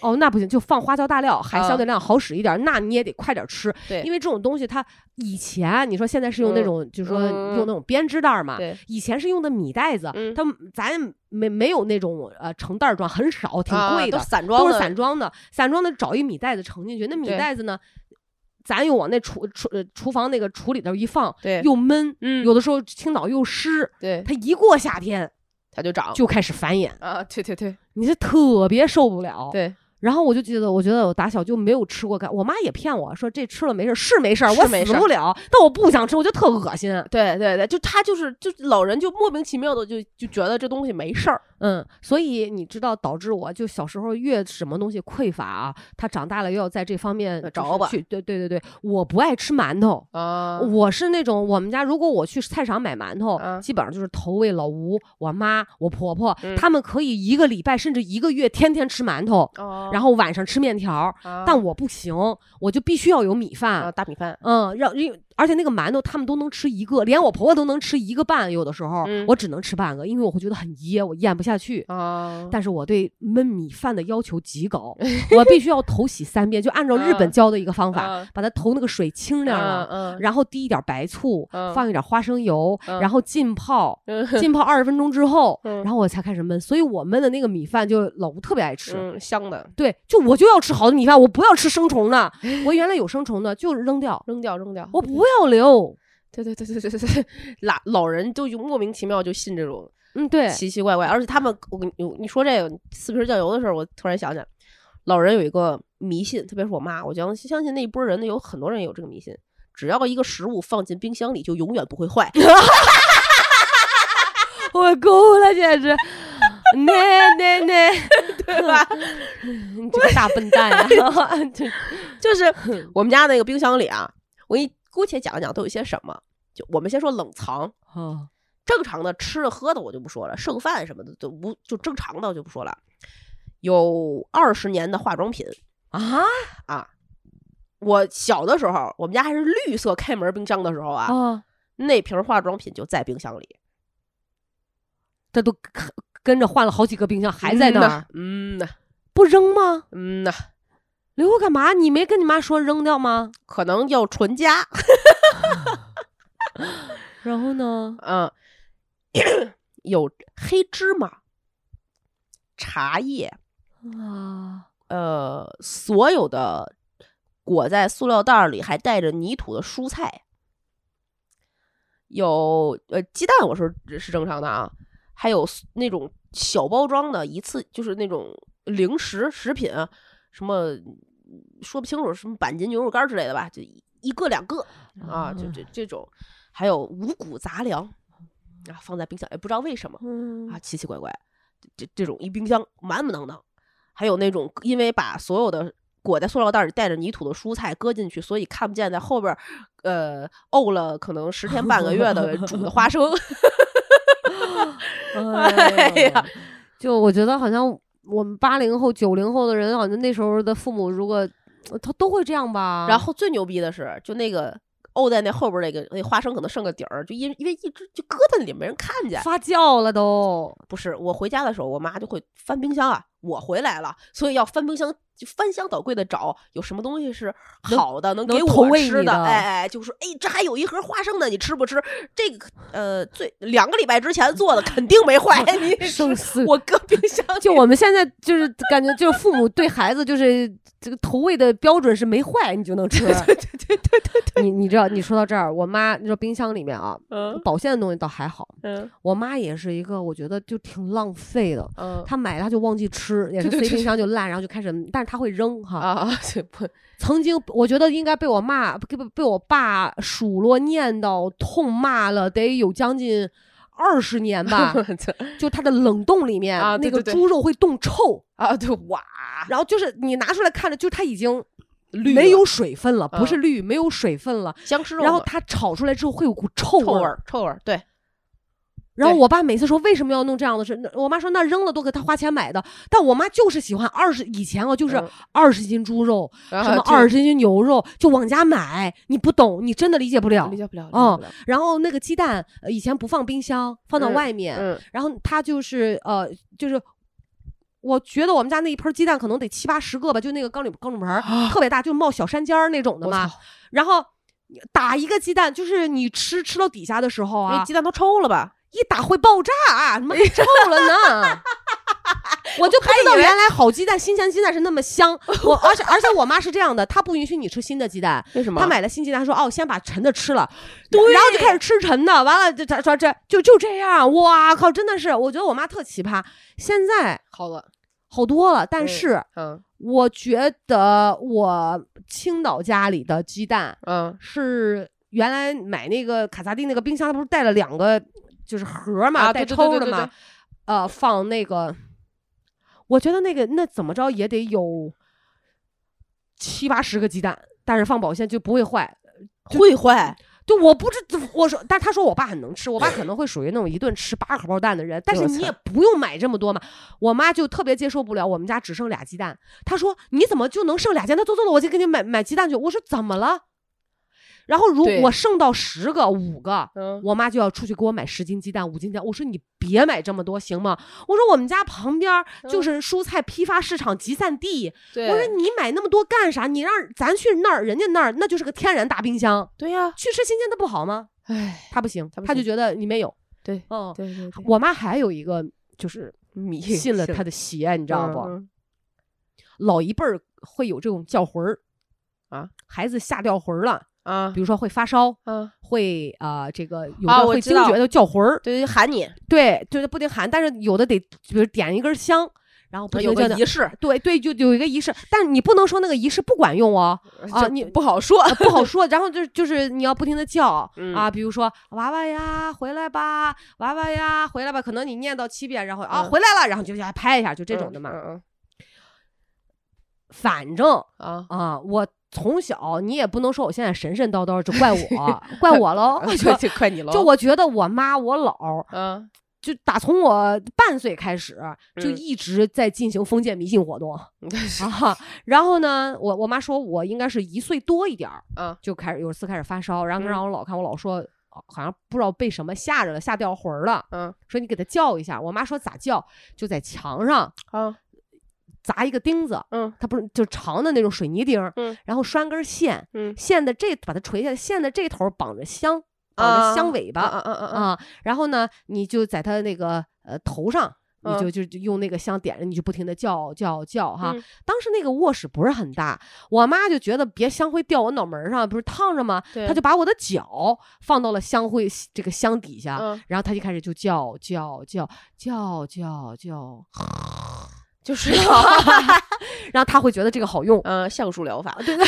哦，那不行，就放花椒大料，还
啊
相对量好使一点，那你也得快点吃，
对
因为这种东西它以前你说现在是用那
嗯
种，就是说
嗯
用那种编织袋儿嘛，
对
以前是用的米袋子，
嗯
它咱也没没有那种呃成袋儿装，很少，挺
啊
贵的，
都散装
都
的，
是散装的，散装的找一米袋子盛进去，那米
对
袋子呢，咱又往那厨厨呃厨房那个橱里头一放，
对，
又闷，
嗯
有的时候青岛又湿，
对，
它一过夏天
它就长
就开始繁衍，
啊，对对对
你是特别受不了，
对，
然后我就觉得，我觉得我打小就没有吃过干。我妈也骗我说这吃了没事儿，是没事儿，
是
我
没
死
事儿
不了，但我不想吃，我就特恶心。
对对对，就他就是就老人就莫名其妙的就就觉得这东西没事儿，
嗯，所以你知道，导致我就小时候越什么东西匮乏啊，他长大了又要在这方面
呃
就是
找吧
去对对对对，我不爱吃馒头。
啊
我是那种，我们家如果我去菜场买馒头，
啊
基本上就是头喂老吴、我妈、我婆婆，
嗯
他们可以一个礼拜甚至一个月天天吃馒头，
哦，
然后晚上吃面条儿，
啊
但我不行，我就必须要有米饭。
啊大米饭，
嗯，让因为而且那个馒头他们都能吃一个，连我婆婆都能吃一个半，有的时候、
嗯
我只能吃半个，因为我会觉得很噎，我咽不下去。
啊，
但是我对焖米饭的要求
(laughs)
极高，我必须要头洗三遍，就按照日本
嗯
教的一个方法，
嗯
把它头那个水清亮了，
嗯
然后滴一点白醋，
嗯
放一点花生油，
嗯
然后浸泡，
嗯
浸泡二十分钟之后，
嗯
然后我才开始焖。所以我焖的那个米饭就老吴特别爱吃，
嗯香的，
对，就我就要吃好的米饭，我不要吃生虫
(laughs)
的，我原来有生虫的就扔掉。
扔掉扔掉，
我不要留。
对对对对对对对，老老人就就莫名其妙就信这种
嗯，对，
奇奇怪怪，而且他们，我跟你你说这个四瓶酱油的事儿，我突然想起来，老人有一个迷信，特别是我妈，我相信相信那一波人呢，有很多人有这个迷信，只要一个食物放进冰箱里，就永远不会坏。
我够了，
(laughs)
简直。 (laughs) 那那那，对
吧？
你这个大笨蛋啊 (laughs) 呀！这
就是我们家那个冰箱里啊，我给你姑且讲一讲都有些什么。就我们先说冷藏，
哦，
正常的吃的喝的我就不说了，剩饭什么的都无就正常的我就不说了。有二十年的化妆品，
啊
我小的时候，我们家还是绿色开门冰箱的时候啊，
啊，
那瓶化妆品就在冰箱里，
这都跟跟着换了好几个冰箱，还在那儿，
嗯呐。
不扔吗？
嗯呐，嗯呐，
留着干嘛？你没跟你妈说扔掉吗？
可能要纯家。
然后呢？
嗯， (coughs) 有黑芝麻、茶叶，
啊，
呃，所有的裹在塑料袋儿里还带着泥土的蔬菜，有呃鸡蛋，我说是正常的啊，还有 s- 那种小包装的，一次就是那种零食食品，什么说不清楚，什么板筋牛肉干儿之类的吧，就一一个两个啊，
哦
就这这种，还有五谷杂粮啊，放在冰箱也不知道为什么
嗯
啊，奇奇怪怪。这这种一冰箱满满当当，还有那种因为把所有的裹在塑料袋里带着泥土的蔬菜搁进去，所以看不见在后边儿，呃，沤了可能十天半个月的煮的花生。哎呀，
就我觉得好像我们八零后、九零后的人，好像那时候的父母如果他都会这样吧。
然后最牛逼的是，就那个沤在那后边儿那个那花生可能剩个底儿，就因因为一直就搁在那里没人看见。
发酵了都，
不是我回家的时候，我妈就会翻冰箱啊，我回来了，所以要翻冰箱，就翻箱倒柜的找有什么东西是好的，能
能
给
投
我
喂
吃
你的
哎哎，就说哎，这还有一盒花生呢，你吃不吃？这个呃，最两个礼拜之前做的肯定没
(laughs)
坏，你
生
吃
死
我搁冰箱里
(laughs) 就我们现在就是感觉，就是父母对孩子就是这个投喂的标准是没坏你就能吃。对对 (laughs) 对对
(laughs)
对。你你知道，你说到这儿，我妈你说冰箱里面啊，
嗯
保鲜的东西倒还好，
嗯
我妈也是一个我觉得就挺浪费的，
嗯
她买她就忘记吃，也是
对对
塞
对 (laughs)
冰箱就烂，然后就开始，但是她会扔哈。
啊，这不。
曾经我觉得应该被我骂被被我爸数落念叨痛骂了，得有将近二十年吧
(laughs) 这
就它的冷冻里面，
啊对
那个
对对
猪肉会冻臭，
啊，对哇，
然后就是你拿出来看着，就它已经
绿
没
了
有水分了，
嗯
不是绿，没有水分了。
僵尸肉
然后
嘛
它炒出来之后会有股臭
臭味
味儿。
儿臭味儿，对，
然后
对
我爸每次说为什么要弄这样的事，那我妈说那扔了多给他花钱买的。但我妈就是喜欢二十以前啊，就是
嗯啊
二十斤猪肉，
然
什么二十斤牛肉就往家买，你不懂，你真的理解不了
理。解不了，理解
嗯
不了
然后那个鸡蛋呃以前不放冰箱，放到
嗯
外面，
嗯
然后他就是呃，就是我觉得我们家那一盆鸡蛋可能得七八十个吧，就那个钢铝钢种盆儿特别大，就冒小山尖儿那种的
啊嗯我
嘛
操。，
然后打一个鸡蛋，就是你吃吃到底下的时候
那
啊，
哎鸡蛋都抽了吧？ (laughs)
一打会爆炸啊，你妈给臭了呢。我就不知道原来好鸡蛋、新鲜鸡蛋是那么香。我而且而且我妈是这样的，她不允许你吃新的鸡蛋，
为什么？
她买了新鸡蛋，她说哦，先把陈的吃了，
对
然后就开始吃陈的，完了就这这这就就这样，哇靠，真的是，我觉得我妈特奇葩，现在
好了，
好多了，但
嗯
是
嗯
我觉得我青岛家里的鸡蛋
嗯
是原来买那个卡萨帝那个冰箱，它不是带了两个就是盒儿嘛，
啊
带
对对
抽
对
的
对对
嘛，呃，放那个，我觉得那个那怎么着也得有七八十个鸡蛋，但是放保鲜就不会坏。
会坏，
就我不知，我说，但是他说我爸很能吃，我爸可能会属于那种一顿吃八个荷包蛋的人，但是
我
你
操
也不用买这么多嘛。我妈就特别接受不了，我们家只剩俩鸡蛋，她说你怎么就能剩俩鸡蛋？那走走走，我就给你买买鸡蛋去。我说怎么了？然后如
对
我剩到十个、五个，
嗯，
我妈就要出去给我买十斤鸡蛋、五斤鸡蛋。我说你别买这么多行吗？我说我们家旁边儿就
嗯
是蔬菜批发市场集散地，
对，
我说你买那么多干啥？你让咱去那儿，人家那儿那就是个天然大冰箱。
对呀，
去吃新鲜的不好吗？
哎，
他不行，
他不
就
行
觉得里面有。
对，
嗯，
对对对，
我妈还有一个
(laughs)
就是
米
信了她
你
的邪，啊你知道不？
嗯
老一辈儿会有这种叫魂儿
啊，
孩子吓掉魂儿了，
啊
比如说会发烧，
啊，
会啊、这个有
啊
的
我
会
知
惊
道
厥的叫魂儿，
对，喊你
对，就是不停喊，但是有的得比如点一根香，然后不
有
停
个
叫的
仪。式
对对，就有一个仪式，但是你不能说那个仪式不管用哦，啊
这
你
呃
呃
不好说，(laughs)
不好说。然后就是就是你要不停的叫、
嗯
啊，比如说娃娃呀，回来吧，娃娃呀，回来吧。可能你念到七遍，然后啊、
嗯
回来了，然后就要拍一下，就这种的嘛。
嘛
反正
啊，
啊，我从小你也不能说我现在神神叨叨，就怪我，怪我喽。 (laughs)
(laughs)
就
就快你了，
就我觉得我妈我姥儿，
啊，
就打从我半岁开始，就
嗯
一直在进行封建迷信活动、 (laughs) 啊。然后呢，我我妈说我应该是一岁多一点儿，
啊，
就开始有一次开始发烧，然后
嗯
她让我姥看，我姥说哦好像不知道被什么吓着了，吓掉魂儿了，
嗯
说你给她叫一下。我妈说咋叫？就在墙上
啊，
砸一个钉子，
嗯
它不是就长的那种水泥钉儿，
嗯
然后拴根线，
嗯，
线的这把它垂下来，线的这头绑着香，绑着香尾巴
啊啊啊啊，
啊然后呢，你就在它那个呃头上。你
嗯
就就就用那个香点着，你就不停的叫叫叫哈。
嗯
当时那个卧室不是很大，我妈就觉得别香灰掉我脑门儿上，不是烫着吗？
对
她就把我的脚放到了香灰这个香底下，
嗯，
然后她就开始就叫叫叫叫叫叫，
(laughs)
(laughs)
就是，
然后她会觉得这个好
(laughs)
用，
嗯，橡树疗法，
对对。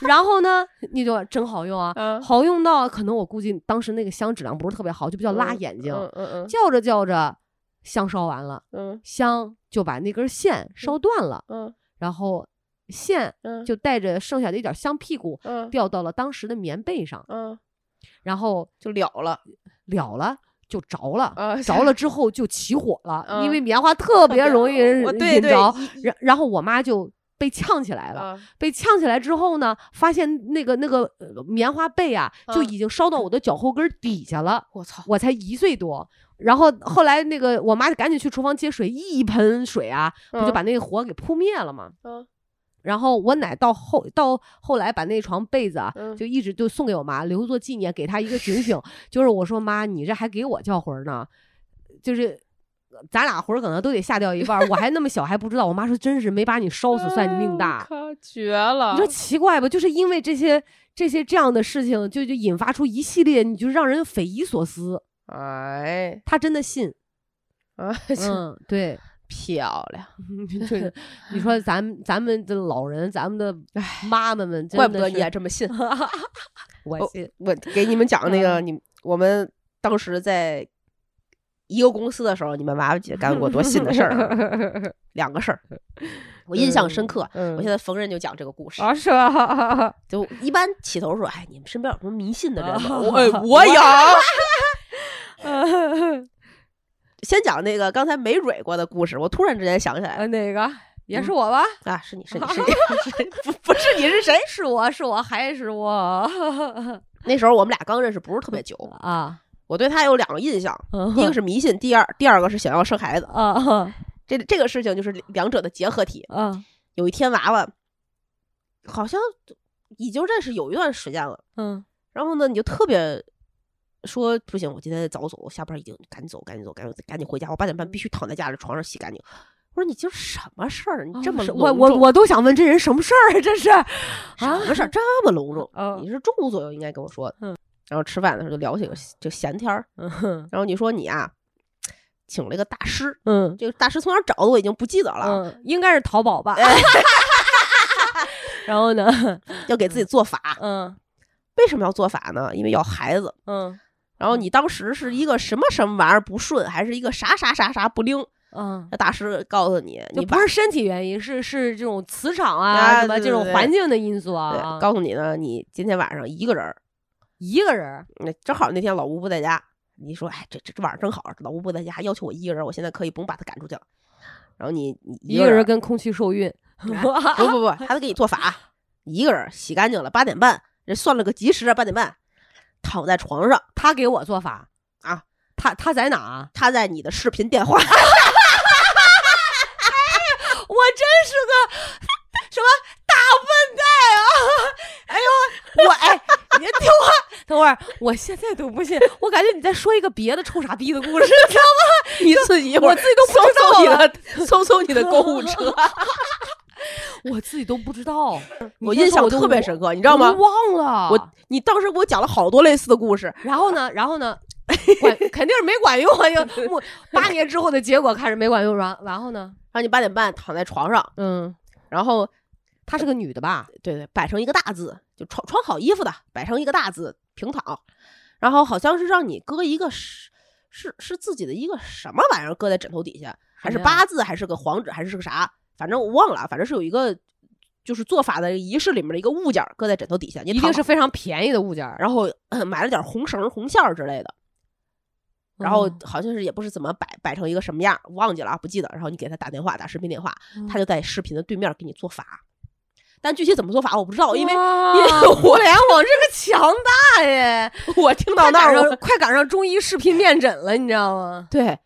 然后呢，你就真好用啊，
嗯
好用到可能我估计当时那个香质量不是特别好，就比较辣
嗯
眼睛。
嗯嗯嗯，
叫着叫着，香烧完了，
嗯
香就把那根线烧断了，
嗯
然后线
嗯，
就带着剩下的一点香屁股
嗯
掉到了当时的棉被上，
嗯
然后
就了了
了了就着了。
啊，(laughs)
着了之后就起火了，
嗯
因为棉花特
(laughs)
别容易引
我对对
着，
一
然然后我妈就被呛起来了。
啊
被呛起来之后呢，发现那个那个呃棉花被啊，就
啊
已经烧到我的脚后跟儿底下了。
我操，
我才一岁多，然后后来那个我妈就赶紧去厨房接水，一盆水啊，不就
嗯
把那个火给扑灭了吗？
嗯
然后我奶到后到后来把那床被子啊，
嗯
就一直就送给我妈留作纪念，给她一个警醒。就是我说妈，你这还给我叫魂儿呢，就是咱俩魂儿可能都得吓掉一半儿，我还那么小还不知道。我妈说真是没把你烧死算你命大。
哎可绝了！
你说奇怪吧？就是因为这些这些这样的事情，就就引发出一系列，你就让人匪夷所思。
哎
他真的信，
啊， (laughs)
嗯，对，
漂亮，
就是你说咱们咱们的老人，咱们的妈妈们，
怪不得你还，这么信。嗯
我 (laughs) 信，
(laughs) 我给你们讲那个，你们我们当时在一个公司的时候，你们娃娃姐干过多信的事儿 (laughs) 啊，两个事儿，我印象深刻。我
嗯
现在逢人就讲这个故事，
啊，是吧？
就一般起头说：“哎，你们身边有什么迷信的人吗？”
啊
我 (laughs) 哎，我有。先讲那个刚才没蕊过的故事，我突然之间想起来了
呃，哪个也是我吧？
啊，是你是你 (laughs) 是你是你，不不是你是谁？
是我是我还是我
那时候我们俩刚认识，不是特别久，
(laughs) 啊？
我对他有两个印象，第一
嗯
个是迷信，第二第二个是想要生孩子。
啊啊
这这个事情就是两者的结合体。
啊
有一天，娃娃好像已经认识有一段时间了，
嗯
然后呢，你就特别说不行，我今天早走，我下班已经赶紧走，赶紧走，赶紧走赶紧回家，我八点半必须躺在家里床上洗干净。我说你今儿什么事儿？你这么
是
隆
哦我我
重
我都想问这人什么事儿啊？这 (laughs) 是啊
什么事儿这么隆重？
嗯
你是中午左右应该跟我说的。
嗯
然后吃饭的时候就聊起个就闲天儿，
嗯
然后你说你啊，请了一个大师，
嗯
这个大师从哪儿找的我已经不记得了，
嗯，应该是淘宝 (laughs) 吧？然后呢？
要给自己做法。
嗯
为什么要做法呢？因为要孩子。
嗯
然后你当时是一个什么什么玩意儿不顺，还是一个啥啥啥啥不灵？
嗯， (laughs)
那大师告诉你，
就
你把
不是身体原因，是是这种磁场啊
啊
什么
对
这种
对
环境的因素啊。
对，
啊
告诉你呢，你今天晚上一个人儿，
一个人儿
那正好那天老吴不在家，你说哎，这这这晚上正好老吴不在家，还要求我一个人儿，我现在可以不用把他赶出去了。然后你你
一
个哎
个
儿
人跟空气受孕， (laughs)
不不不，他得给你做法，一个人洗干净了，八点半，人算了个吉时，八点半，躺在床上，
他给我做法
啊，
他他在哪啊
(gasps)
儿？
他在你的视频电话，
我真是个 (laughs) 什么大笨蛋啊！ (laughs) 哎呦，我哎，你听我等会儿，我现在都不信，我感觉你在说一个别的臭傻逼的
(laughs)
故事，知道
你自己一
吗？
会
我
儿
自己都不知道
搜搜你
了 (laughs)
的搜搜你的购物车，
我自己都不知道，
(laughs) 我印象特别深
刻，
刻，你
你
知道吗？
忘了
我你当时给我讲了好多类似的故事，
然后 (laughs) 呢，然后呢，管肯定是没管用啊！就我八年之后的结果看是没管用，然然后呢，
让你八点半躺在床上，
嗯，
然后
她是个女的吧？
对对，摆成一个大字，就穿穿好衣服的，摆成一个大字平躺，然后好像是让你搁一个是是是自己的一个什么玩意儿搁在枕头底下，还是
什么呀
八字，还是个黄纸，还是个啥，反正我忘了，啊反正是有一个就是做法的仪式里面的一个物件儿搁在枕头底下，你
一
躺
定是
好，
非常便宜的物件儿，
然后、呃买了点红绳儿、红线儿之类的。然后
嗯
好像是也不是怎么摆摆成一个什么样儿，忘记了啊，不记得。然后你给他打电话，打视频电话，
嗯
他就在视频的对面给你做法，但具体怎么做法我不知道，因为因
因
为我
连我这个强大 (laughs) 耶，
我听到
快
那
赶
儿
上
我
快赶上中医视频面诊了，你知道吗？
对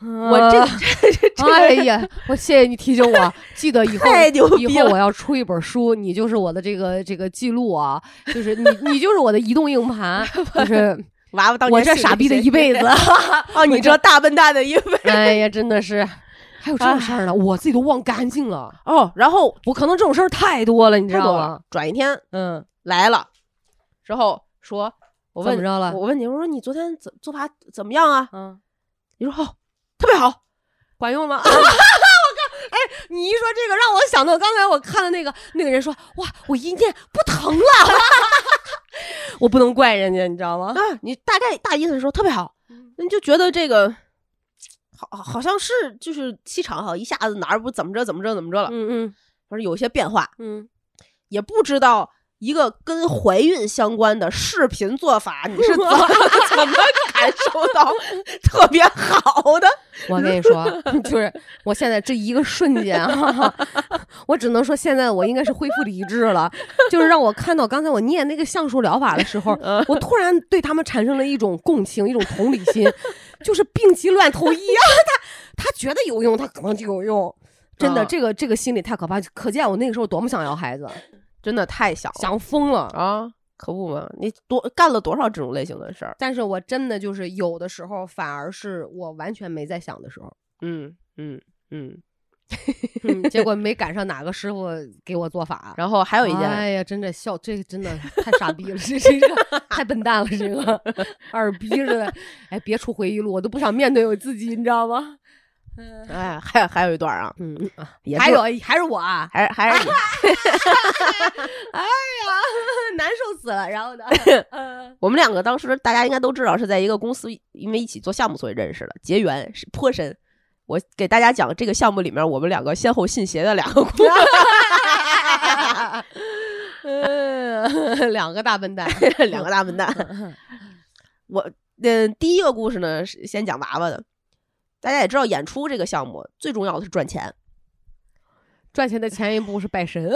我
我这个这这这
嗯 (laughs) 哎
个
呀，我谢谢你提醒 (laughs) 我，记得以后
太牛
以
逼
后
了
我要出一本书，你就是我的这个这个记录啊，就是你你就是我的移动硬盘， (laughs) 就是
(laughs) 娃娃当
我
年
这
信
傻
了
逼的
谁
一辈子。
(laughs) 哦，你这大笨蛋的一
(laughs)
辈
哎呀，真的是，还有这种事儿呢，我自己都忘干净了。
哦，然后
我可能这种事儿太多了，你知
太
道
多
吗
了？，转一天
嗯，
来了之后说，我
怎
问
么着了？
我问你，我说你昨天怎做法怎么样啊？
嗯，
你说哦，特别好，
管 (laughs) 用吗？啊我靠！哎，你一说这个，让我想到刚才我看的那个那个人说，哇，我一念不疼了。 (laughs) 我不能
啊
怪人家，你知道吗？嗯
啊，你大概大意思是说特别好，你就觉得这个好好像是就是气场好，一下子哪儿不怎么着怎么着怎么着了，
嗯
反正有些变化，
嗯
也不知道一个跟怀孕相关的视频做法，你是怎
(laughs)
么怎么感受到特别好的？
嗯，我跟你说， (laughs) 就是我现在这一个瞬间啊， (laughs) 我只能说现在我应该是恢复理智了。就是让我看到刚才我念那个橡树疗法的时候，
(laughs) 嗯
我突然对他们产生了一种共情，一种同理心， (laughs) 就是病急乱投医啊，他他觉得有用，他可能就有用。真的，
嗯
这个这个心理太可怕，可见我那个时候多么想要孩子，
真的太想了
想疯了。
啊！可不嘛，你多干了多少这种类型的事儿？
但是我真的就是有的时候，反而是我完全没在想的
(laughs)
时候，
嗯嗯嗯。
嗯结果没赶上哪个师傅给我做法。
然后还有一件，
哎呀，真的笑，这个真的太傻逼了，这这
(laughs)
个太笨蛋了，这个二逼似的。哎，别出回忆录，我都不想面对我自己，你知道吗？
哎，还有还有一段啊，
嗯，啊
也
还
是
有还是我啊，哎
还是还是你
(laughs) 难受死了。然后呢， (laughs) 呃
我们两个当时大家应该都知道是在一个公司，因为一起做项目所以认识的，结缘是颇深。我给大家讲这个项目里面我们两个先后信邪的两个故事。
嗯，两个大笨蛋，
两个大笨蛋。我嗯，第一个故事呢是先讲娃娃的。大家也知道，演出这个项目最重要的是赚钱。
赚钱的前一步是拜神，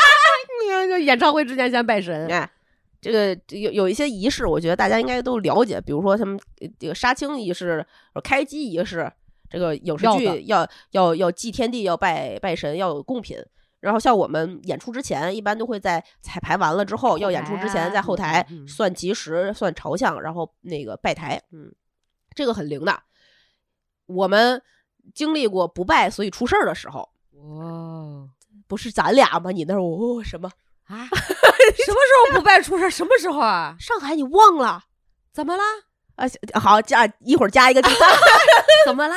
(laughs) 就演唱会之前先拜神。
哎，这个这有有一些仪式，我觉得大家应该都了解，比如说他们呃这个杀青仪式、呃开机仪式，这个影视
要的
剧要要要祭天地、要拜拜神、要有贡品。然后像我们演出之前，一般都会在彩排完了之后，要演出之前
啊
在后台
嗯嗯嗯
算吉时、算朝向，然后那个拜台，嗯，这个很灵的。我们经历过不拜所以出事儿的时候，哦
哇
不是咱俩吗？你那儿哦什么？
啊！ (laughs) 什么时候不拜出事儿？什么时候啊？
上海你忘了？
怎么啦？
啊，好加一会儿加一个第
(laughs)
三。
怎么啦？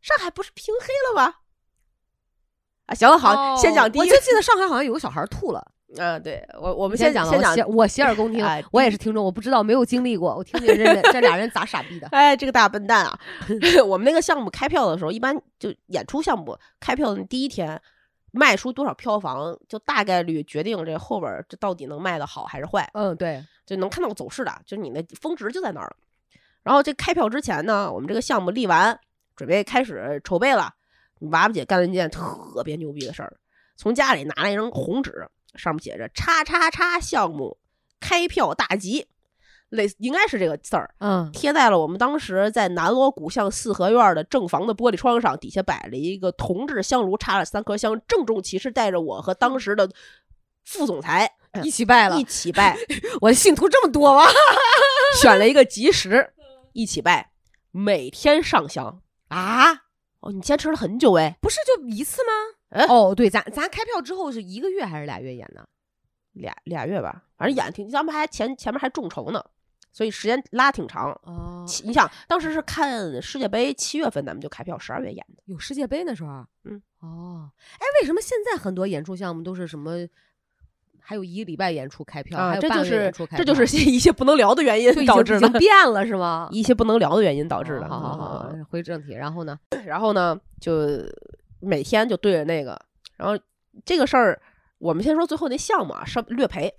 上海不是平黑了吗？啊，行了，好，
哦
先讲第
我
一
就。记得上海好像有个小孩吐了。
嗯、对我我
我
们
先
讲
讲了，
先
我洗我洗耳恭听
哎，
我也是听众，我不知道，没有经历过，我听听这这俩人咋傻
(laughs)
逼的。
哎，这个大笨蛋啊！ (laughs) 我们那个项目开票的时候，一般就演出项目开票的第一天卖出多少票房，就大概率决定这后边儿这到底能卖的好还是坏。
嗯，对，
就能看到走势的，就是你那峰值就在那儿了。然后这开票之前呢，我们这个项目立完，准备开始筹备了。娃娃姐干了一件特别牛逼的事儿，从家里拿了一张红纸，上面写着“叉叉叉项目开票大吉”，类似应该是这个字儿，
嗯，
贴在了我们当时在南锣鼓巷四合院的正房的玻璃窗上，底下摆了一个铜制香炉，插了三颗香，郑重其事带着我和当时的副总裁
一起拜了
嗯一，起拜。
我的信徒这么多吗？
选了一个吉时，一起拜，每天上香。
啊，
哦，你坚持了很久哎，
不是就一次
哎
吗？哦，对，咱咱开票之后是一个月还是俩月演的？
俩俩月吧，反正演挺，咱们还前前面还众筹呢，所以时间拉挺长。
哦，
七你想，当时是看世界杯，七月份咱们就开票，十二月演的。
有世界杯那时候。啊
嗯，
哦，哎，为什么现在很多演出项目都是什么？还有一个礼拜演出开票，啊还有
啊这
半
就
个月
是
演出开
这
票
就是一些不能聊的原因
就
导
已
致
经已
的
经，变了
(laughs)
是吗？哦
一些不能聊的原因导致的。
好好好，
嗯
好回正题。然后呢？
然后呢，就每天就对着那个，然后这个事儿，我们先说最后那项目啊，是略赔，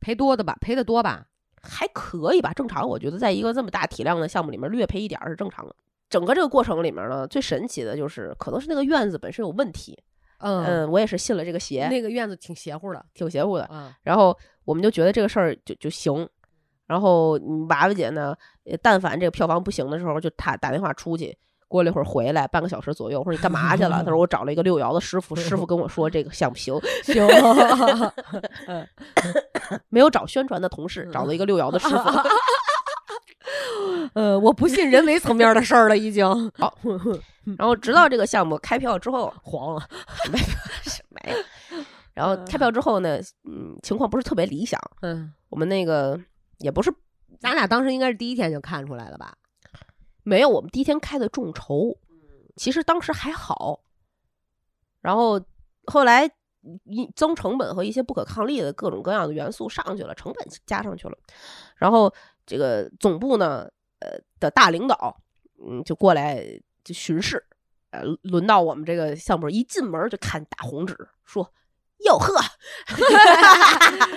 赔多的吧，赔的多吧。
还可以吧，正常。我觉得在一个这么大体量的项目里面，略赔一点儿是正常的。整个这个过程里面呢，最神奇的就是，可能是那个院子本身有问题。
嗯，
嗯，我也是信了这个邪，
那个院子挺邪乎的。
挺邪乎的。
嗯，
然后我们就觉得这个事儿就就行。然后嗯娃娃姐呢，呃但凡这个票房不行的时候，就打打电话出去。过了一会儿回来，半个小时左右，我说你干嘛去了？她说我找了一个六爻的师傅，师傅跟我说这个项目行，
(laughs) (laughs) 行。
没有找宣传的同事，找了一个六爻的师
(laughs)
傅。
呃，我不信人为层面的事儿了，已 (laughs) 经
然后直到这个项目开票之后，
黄了。
什么呀？然后开票之后呢，嗯，情况不是特别理想。
嗯，
我们那个也不是
咱俩当时应该是第一天就看出来了 (laughs) 吧？
没有我们第一天开的众筹，其实当时还好。然后后来一增成本和一些不可抗力的各种各样的元素上去了，成本加上去了。然后这个总部呢，呃的大领导嗯，就过来就巡视。呃，轮到我们这个项目，一进门就看大红纸，说哟呵， (laughs)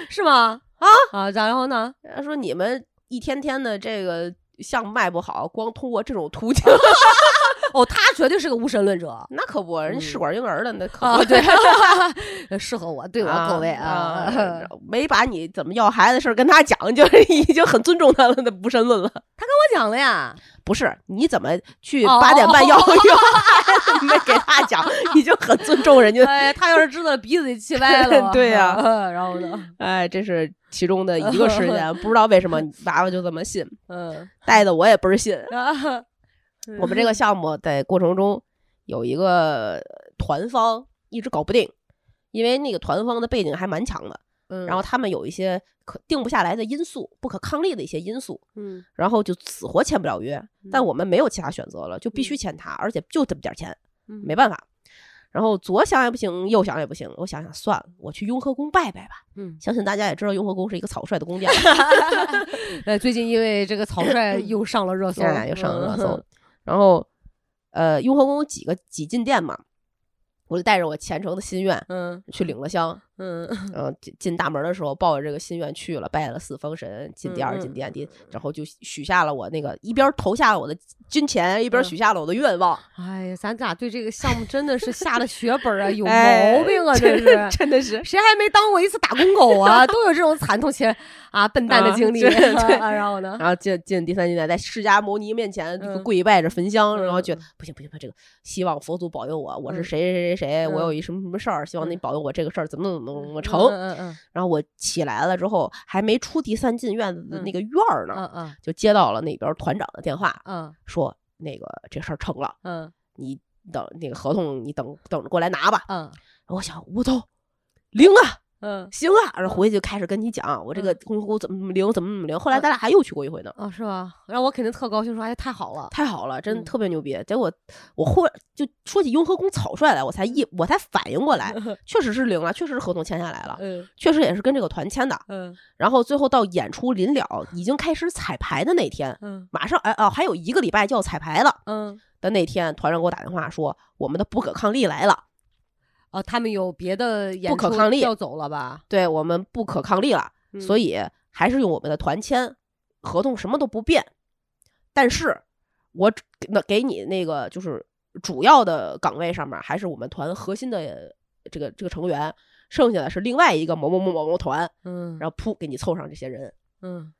是吗？啊啊，然后呢？
他说你们一天天的这个项目卖不好，光通过这种途
(laughs)
径，
哦，他绝对是个无神论者
那可不，人家试
嗯
管婴儿的那可不
啊，
(laughs)
对， (laughs) 适合我，对我口味
啊
啊。， (laughs)
没把你怎么要孩子的事儿跟他讲，就是 (laughs) 已经很尊重他了，那不申论了。
我讲了呀，
不是，你怎么去
哦
八点半要要孩子，你没给他讲，已经很尊重人
(laughs)
家。，
哎，他要是知道鼻子得气歪了 (laughs) 啊
对呀
然后 (laughs) 呢，
哎，这是其中的一个事
(laughs)
件，不知道为什么娃娃就这么信，
嗯，
带的我也倍儿信。
啊
我们这个项目在过程中有一个呃团方一直搞不定，因为那个团方的背景还蛮强的，
嗯
然后他们有一些可定不下来的因素，不可抗力的一些因素，
嗯，
然后就死活签不了约。但
嗯
我们没有其他选择了，就必须
嗯
签他，而且就这么点儿钱，
嗯
没办法。然后左想也不行，右想也不行，我想想算了，我去雍和宫拜拜吧。
嗯，
相信大家也知道，雍和宫是一个草率的宫殿，
呃，最近因为这个草率又上了热搜，
嗯哎，又上热搜
嗯。。
然后，呃，雍和宫有几个几进殿嘛，我就带着我虔诚的心愿
嗯
去领了
(laughs)
香，
嗯，
然后进进大门的时候抱着这个心愿去了，拜了四方神，进第二
嗯
进
嗯
第三第，然后就许下了我那个一边投下了我的金钱，一边
嗯
许下了我的愿望。
哎呀，咱俩对这个项目真的是下了血本啊，有
哎
毛 (laughs) 病啊，这
真
是。
真的是
谁还没当过一次打工狗啊？都有这种惨痛且啊笨蛋的
啊
经历。
对对
啊然后呢？
然后进进第三进代，在释迦牟尼面前就
嗯
跪拜着焚香，
嗯
然后觉得不行不行，不行这个希望佛祖保佑我，我是
嗯
谁谁谁谁，我
嗯
有一什么什么事儿，希望你
嗯
保佑我这个事儿怎么怎么怎么
嗯
成。
嗯嗯
然后我起来了之后，还没出第三进院子的那
嗯
个院儿呢，
嗯嗯
就接到了那边团长的电话，
嗯
说那个这事儿成了，
嗯
你等那个合同你等等着过来拿吧。
嗯
我想我操，灵啊！
嗯
行啊，然后回去就开始跟你讲我这个公公怎么怎么灵，怎么怎么灵。后
嗯
来咱俩还又去过一回呢，
哦，是吧？然后我肯定特高兴，说哎太好了。
太好了，真的
嗯
特别牛逼。结果我忽然就说起雍和宫草率来，我才一我才反应过来，确实是零了，确实是合同签下来了，
嗯
确实也是跟这个团签的。
嗯
然后最后到演出临了，已经开始彩排的那天，
嗯
马上哎哦、还有一个礼拜就要彩排了
嗯。
的那天，团长给我打电话说我们的不可抗力来了，
哦，他们有别的演
不可
出
抗力
要走了吧？
对我们不可抗力了，所
以
以还是用我们的团签，合同什么都不变，但是我只那给你那个就是主要的岗位上面还是我们团核心的这个这个成员，剩下的是另外一个某某某某某团，
嗯，
然后噗给你凑上这些人，
嗯，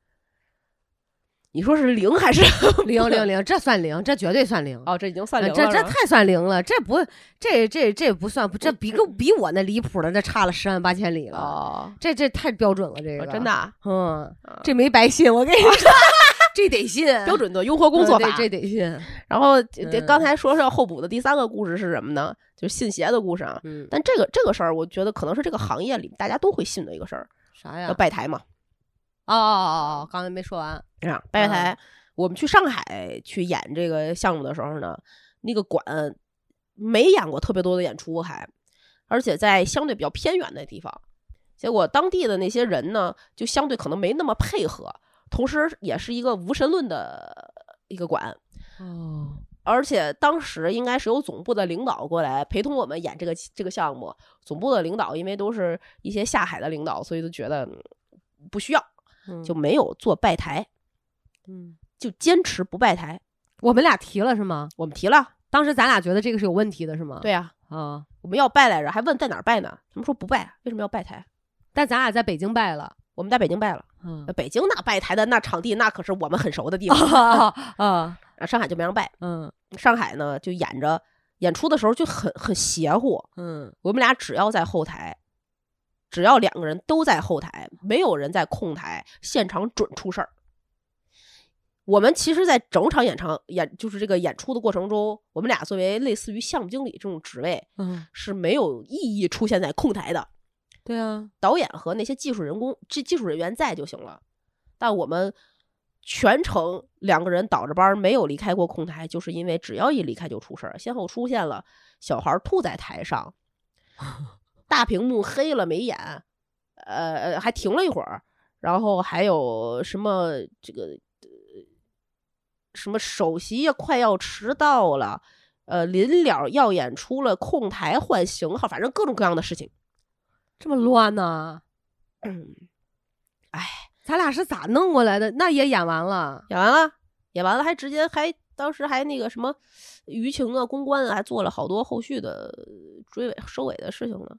你说是零还是 (laughs)
(laughs) 零零零，这算零，这绝对算零。
哦，这已经算
呃
零了，
这这
是吧
太算零了，这不这这这不算，这比个比我那离谱的那差了十万八千里了，
嗯哦，
这这太标准了，这个
哦真的、啊、
嗯
啊，
这没白信，我跟你
(laughs)
说，这得信，
标准的雍和工作法。
嗯这这得信，
然后这这
嗯
刚才说是要候补的第三个故事是什么呢？就是信邪的故事啊。
嗯，
但这个这个事儿，我觉得可能是这个行业里大家都会信的一个事儿，
啥呀
要？拜台嘛。
哦哦哦哦，刚才没说完，
啊，拜
嗯
台，我们去上海去演这个项目的时候呢，那个馆没演过特别多的演出，还而且在相对比较偏远的地方，结果当地的那些人呢，就相对可能没那么配合，同时也是一个无神论的一个馆。
哦，
而且当时应该是由总部的领导过来陪同我们演这个这个项目。总部的领导因为都是一些下海的领导，所以就觉得嗯不需要，就没有做拜台，
嗯，
就坚持不拜台。
我们俩提了是吗？
我们提了，
当时咱俩觉得这个是有问题的是吗？
对呀、
啊，
我们要拜来着，还问在哪儿拜呢？他们说不拜，为什么要拜台？
但咱俩在北京拜了，
我们在北京拜了，
嗯
呃北京那拜台的那场地，那可是我们很熟
(laughs)
的地方。
啊啊
啊上海就没让拜，
嗯
上海呢就演着演出的时候就很很邪乎，
嗯
我们俩只要在后台，只要两个人都在后台，没有人在控台，现场准出事儿。我们其实，在整场演唱演就是这个演出的过程中，我们俩作为类似于项目经理这种职位
嗯，
是没有意义出现在控台的，
对啊，
导演和那些技术人工技技术人员在就行了。但我们全程两个人倒着班儿没有离开过控台，就是因为只要一离开就出事儿。先后出现了小孩吐在台上，大屏幕黑了没演，呃，呃还停了一会儿，然后还有什么这个。呃什么首席呀快要迟到了，呃，临了要演出了，控台换型号，反正各种各样的事情。
这么乱呢？
嗯哎，
咱俩是咋弄过来的？那也演完了，
演完了，演完了，还直接还当时还那个什么舆情啊、公关啊，还做了好多后续的追尾、收尾的事情呢。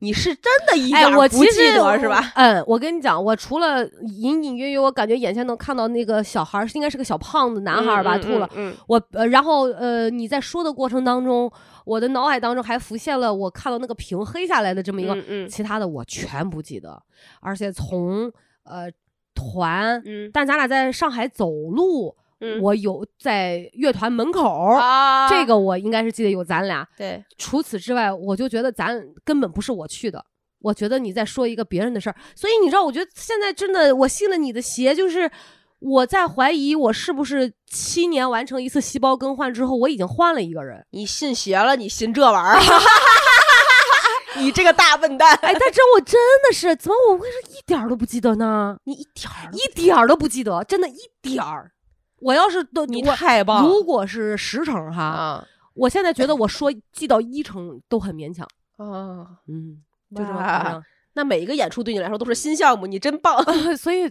你是真的一点
哎，
儿
我
不
其
记
实
得是吧？？
嗯，我跟你讲，我除了隐隐约约，我感觉眼前能看到那个小孩儿，应该是个小胖子男孩儿吧，
嗯
吐了。，
嗯嗯嗯
我呃，然后呃，你在说的过程当中，我的脑海当中还浮现了我看到那个屏黑下来的这么一个，
嗯嗯
其他的我全不记得，而且从呃团，
嗯
但咱俩在上海走路，
嗯，
我有在乐团门口儿，
啊，
这个我应该是记得有咱俩，
对，
除此之外，我就觉得咱根本不是我去的。我觉得你在说一个别人的事儿，所以你知道，我觉得现在真的，我信了你的邪，就是我在怀疑我是不是七年完成一次细胞更换之后，我已经换了一个人。
你信邪了，你信这玩意
(laughs)
儿，你这个大笨蛋，
哎，但真我真的是，怎么我会是一点儿都不记得呢？
你一点儿都
一点儿都不记得，真的，一点儿。我要是都
你
我
太棒
如
了
果是十成哈，
啊
我现在觉得我说记到一成都很勉强。
啊！
嗯，就这么
哇
夸张。
那每一个演出对你来说都是新项目，你真棒
(laughs) 所以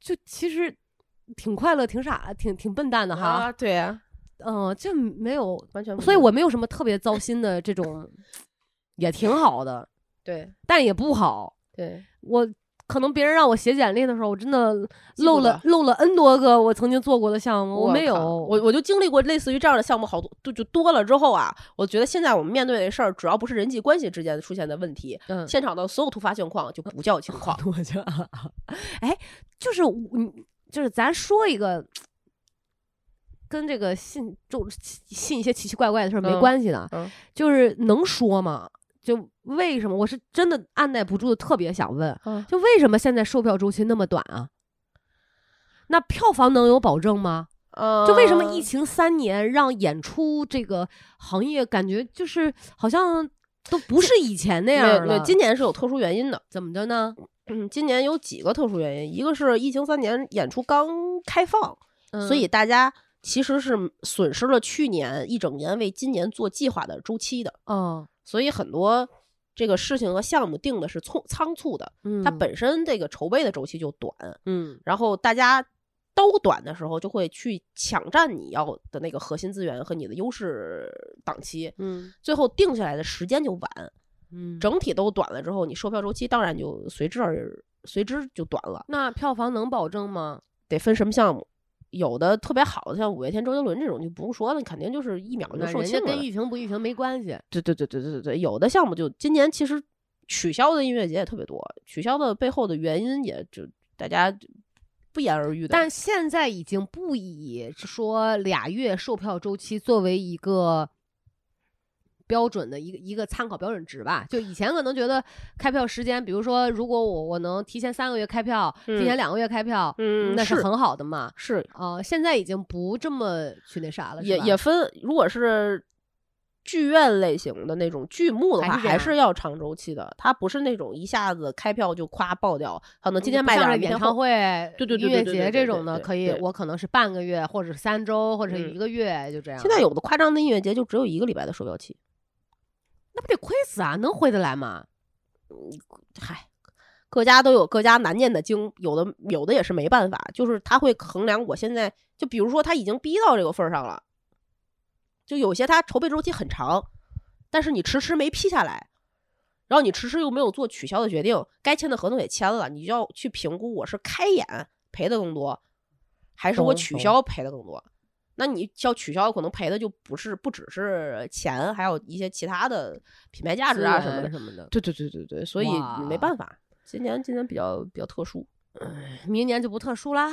就其实挺快乐、挺傻、挺挺笨蛋的哈。！
对啊，
嗯、就没有，
完全不一样。
所以我没有什么特别糟心的这种，也挺好的，
对
但也不好。
对
我可能别人让我写简历的时候，我真的
记不
漏了
得
漏了 n 多个我曾经做过的项目，没有。
靠我我就经历过类似于这样的项目好多，就就多了之后啊，我觉得现在我们面对的事儿，只要不是人际关系之间出现的问题，
嗯，
现场的所有突发情况就不叫情
(laughs)
况。
我觉得，哎，就是我你就是咱说一个。跟这个信就信一些奇奇怪怪的事儿没
嗯
关系的，
嗯
就是能说吗？就为什么我是真的按耐不住的，特别想问，
嗯
就为什么现在售票周期那么短啊？那票房能有保证吗？嗯就为什
呃
么疫
嗯
情三年让演出这个行业感觉就是好像都不是以前那
那
样
样？
了？
对，今年是有特殊原因的。
怎么着呢？
嗯，今年有几个特殊原因，一个是疫情三年演出刚开放，所
嗯
以大家其实是损失了去年一整年为今年做计划的周期的，
哦，
所以很多这个事情和项目定的是匆仓促的，
嗯，
它本身这个筹备的周期就短，
嗯
然后大家都短的时候就会去抢占你要的那个核心资源和你的优势档期，
嗯
最后定下来的时间就晚，
嗯，
整体都短了之后，你售票周期当然就随之而随之就短了。
那票房能保证吗？
得分什么项目。有的特别好的，像五月天、周杰伦这种就不用说了，肯定就是一秒就
那
售
人
罄
家
了
跟。疫情不疫情没关系。
对对对对对对对，有的项目就今年其实取消的音乐节也特别多，取消的背后的原因也就大家就不言而喻的。
但现在已经不以说俩月售票周期作为一个标准的一个一个参考标准值吧。就以前可能觉得开票时间，比如说如果我我能提前三个月开票，提前
嗯
两个月开票，
嗯
那是
是
很好的嘛。
是
啊、现在已经不这么去那啥了，是
也
吧
也分，如果是剧院类型的那种剧目的
还
话，
是这
还
样
是要长周期的，它不是那种一下子开票就夸爆掉，可能今天
嗯不
卖
像
点儿
是
明
演
天
唱
后
会、
对对对
音乐
对对
节
对
这
对
种的，
对
可以，
对
我可能是半个月，或者是三周，或者是
嗯
一个月，就这样。
现在有的夸张的音乐节就只有一个礼拜的售票期，
那不得亏死啊？能回得来吗？
嗨，各家都有各家难念的经，有的有的也是没办法，就是他会衡量我现在，就比如说他已经逼到这个份儿上了，就有些他筹备周期很长，但是你迟迟没批下来，然后你迟迟又没有做取消的决定，该签的合同也签了，你就要去评估我是开演赔的更多，还是我
懂
取
懂
消赔的更多。那你要取消，可能赔的就不是不只是钱，还有一些其他的品牌价值啊
资
什么
源
的。
什么的。
对对对对对，所以
哇
没办法，今年今年比较比较特殊，
明年就不特殊啦。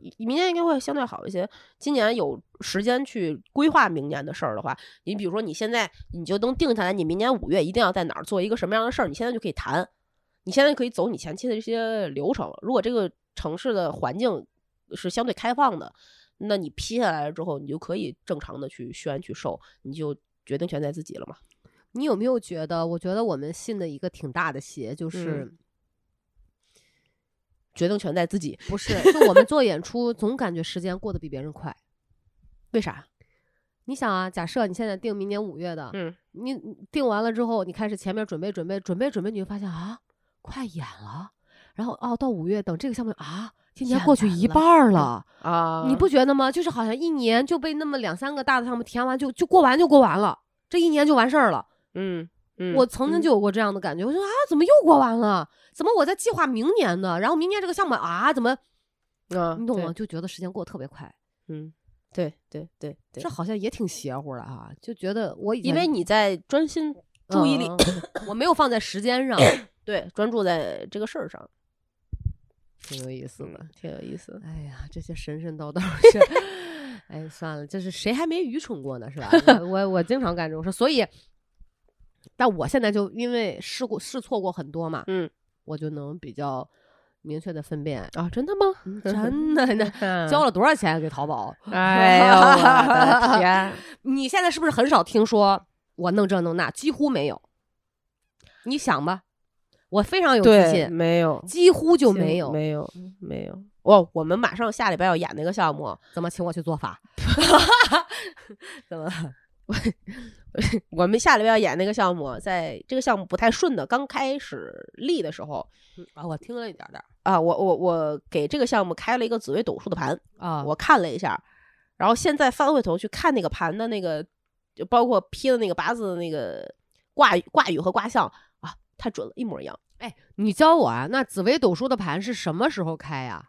以明年应该会相对好一些。今年有时间去规划明年的事儿的话，你比如说你现在你就能定下来，你明年五月一定要在哪儿做一个什么样的事儿，你现在就可以谈，你现在可以走你前期的这些流程。如果这个城市的环境是相对开放的，那你批下来了之后，你就可以正常的去宣去售，你就决定权在自己了嘛。
你有没有觉得？我觉得我们信的一个挺大的邪，就是、
决定权在自己，
不是就我们做演出，总感觉时间过得比别人快。
为啥？
你想啊，假设你现在定明年五月的，
嗯，
你你定完了之后，你开始前面准备准备准备准备，你就发现啊，快演了。然后哦，到五月等这个项目啊，今年
演
过去
完
一
了
半儿了，嗯
啊
你不觉得吗？就是好像一年就被那么两三个大的项目填完就就过完就过完了，这一年就完事儿了。
嗯嗯，
我曾经
嗯
就有过这样的感觉，我说啊，怎么又过完了？怎么我在计划明年呢？然后明年这个项目啊，怎么
啊，
嗯你懂
对
吗？？就觉得时间过得特别快，
嗯，对对对对
这，好像也挺邪乎的啊，就觉得我以
因为
前
你在专心注意力，
嗯我没有放在时间上，
对，专注在这个事儿上，
挺有意思的。
嗯挺有意思的。
哎呀，这些神神叨叨的事儿，哎，算了，这是谁还没愚蠢过呢？是吧？我我我经常干这种事，所以，但我现在就因为试过试错过很多嘛，
嗯，，
我就能比较明确的分辨
啊，真的吗？ (laughs)
嗯真的呢，交了多少钱给淘宝？
嗯哎呀，我的天！
你现在是不是很少听说我弄这弄那？几乎没有。你想吧，我非常有
(laughs)
自
对，
信，
没有，
几乎就没有。
没有，没有。哦，我们马上下礼拜要演那个项目，
怎么请我去做法？怎么？
我们下礼拜要演那个项目，在这个项目不太顺的刚开始立的时候
啊，我听了一点点儿
啊，我我我给这个项目开了一个紫微斗数的盘，
啊
我看了一下，然后现在翻回头去看那个盘的那个，就包括批的那个八字的那个卦语卦语和卦象啊，太准了，一模一样。
哎，你教我啊，那紫微斗数的盘是什么时候开呀、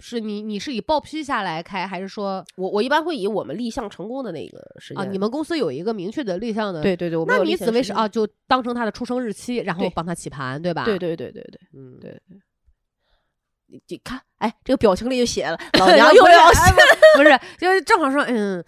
是你你是以报批下来开，还是说
我我一般会以我们立项成功的那个时
啊
间，
你们公司有一个明确的立项的？
对，对对，我们
那
有
你
立项
紫微
时
是
间
啊，，就当成他的出生日期，然后
对
帮他起盘，对吧？
对，对对对对，
嗯，
对你你看，哎，这个表情里就写了，
(laughs)
老娘
不
又
是
要
哎
写
不是，就是正好说，嗯，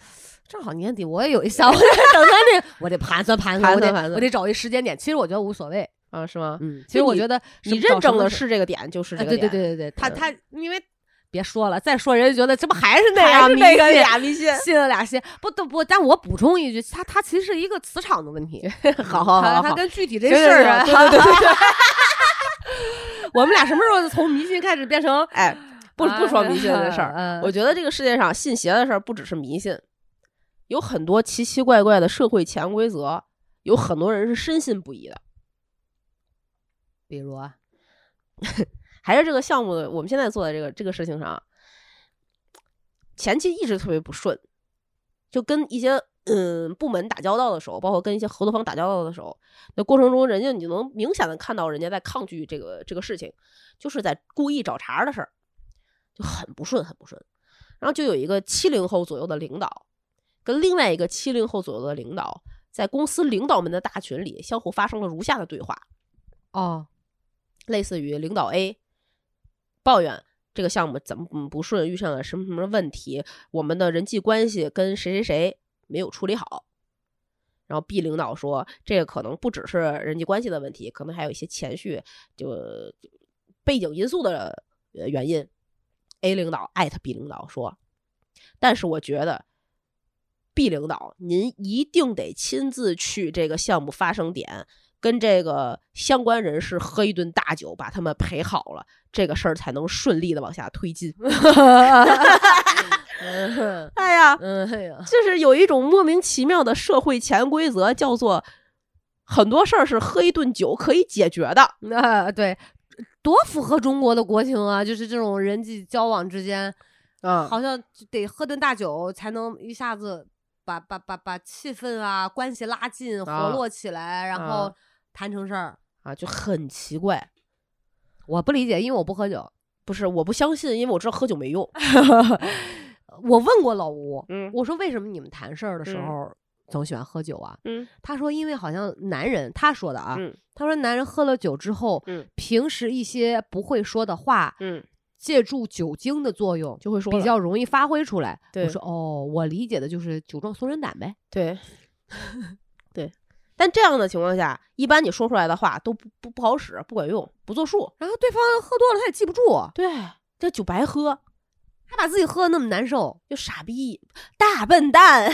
正好年底我也有一项，我在等他那，我得盘算盘算，
盘
我
算
得
盘算
我得找一时间点。其实我觉得无所谓，
啊，是吗？
嗯，其
就
实我
你
觉得
你
什么
认
找什
证
么
的
事
是这个点，就是
哎
这个
对
点。
对对对对，他
嗯
他因为别说了，再说人家觉得这不还是那
还
样
是
迷
那个
信
俩迷信，
信了俩信，不都不，但我补充一句，它它其实是一个磁场的问题， (laughs)
好好好
它
好
它跟具体这
行行
事儿
行
啊，
对对对对对，
我们俩什么时候从迷信开始变成
哎，不不说迷信的事儿，
儿
我觉得这个世界上信邪的事儿不只是迷信，有很多奇奇怪怪的社会潜规则，有很多人是深信不疑的。
比如啊
还是这个项目，我们现在做的这个这个事情上啊，前期一直特别不顺，就跟一些嗯部门打交道的时候，包括跟一些合作方打交道的时候，那过程中人家你就能明显的看到人家在抗拒这个这个事情，就是在故意找茬儿的事儿，就很不顺很不顺。然后就有一个七零后左右的领导，跟另外一个七零后左右的领导，在公司领导们的大群里相互发生了如下的对话。
(laughs) 哦，
类似于领导 A 抱怨这个项目怎么嗯不顺，遇上了什么什么问题，我们的人际关系跟谁谁谁没有处理好。然后 B 领导说，这个可能不只是人际关系的问题，可能还有一些情绪就背景因素的呃原因。A 领导艾特 B 领导说，但是我觉得 B 领导您一定得亲自去这个项目发生点，跟这个相关人士喝一顿大酒，把他们陪好了，这个事儿才能顺利的往下推进。 (laughs)
嗯
哎呀，
嗯哎呀，
就是有一种莫名其妙的社会潜规则，叫做很多事儿是喝一顿酒可以解决的。
那、对，多符合中国的国情啊！就是这种人际交往之间，
啊
好像就得喝顿大酒才能一下子把把把把气氛啊关系拉近、
啊
活络起来，然
啊
后谈成事儿。
啊，就很奇怪。
我不理解，因为我不喝酒。
不是，我不相信，因为我知道喝酒没用。
呃我问过老吴，
嗯
我说为什么你们谈事儿的时
嗯
候总喜欢喝酒啊？
嗯
他说因为好像男人，他说的啊，
嗯
他说男人喝了酒之后，
嗯
平时一些不会说的话，
嗯，
借助酒精的作用，
就会说
比
了
较容易发挥出来。
对
我说哦，我理解的就是酒壮怂人胆呗。
对 (laughs) 对。但这样的情况下，一般你说出来的话都不不不好使，不管用，不作数。
然后对方喝多了，他也记不住，
对，这酒白喝。
他把自己喝的那么难受，
就傻逼、大笨蛋，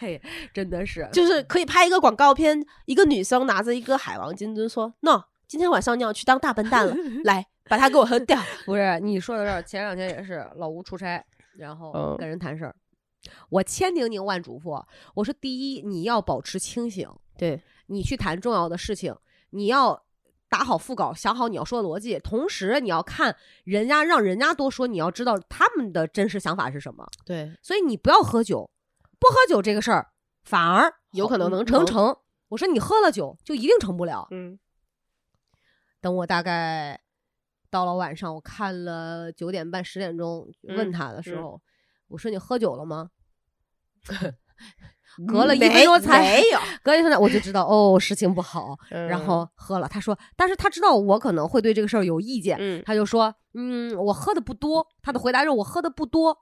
嘿，真的是
就是可以拍一个广告片，一个女生拿着一个海王金樽说：“no，今天晚上你要去当大笨
(laughs)
蛋了，来把它给我喝掉。
不是你说的这儿。前两天也是老吴出差，然后
嗯
跟人谈事儿，我千叮咛万嘱咐，我说第一，你要保持清醒，
对，
你去谈重要的事情，你要打好腹稿，想好你要说的逻辑，同时你要看人家，让人家多说，你要知道他们的真实想法是什么。
对，
所以你不要喝酒，不喝酒这个事儿反而
有可能能
嗯能
成
成。我说你喝了酒就一定成不了。
嗯
等我大概到了晚上，我看了九点半十点钟，问
嗯
他的时
嗯
候，我说你喝酒了吗？ (laughs) 隔了一分
嗯没
钟才
没有，
隔一天我就知道哦，事情不好，
嗯
(laughs) 然后喝了。他说，但是他知道我可能会对这个事儿有意见，
嗯
他就说，嗯，我喝的不多。他的回答是我喝的不多，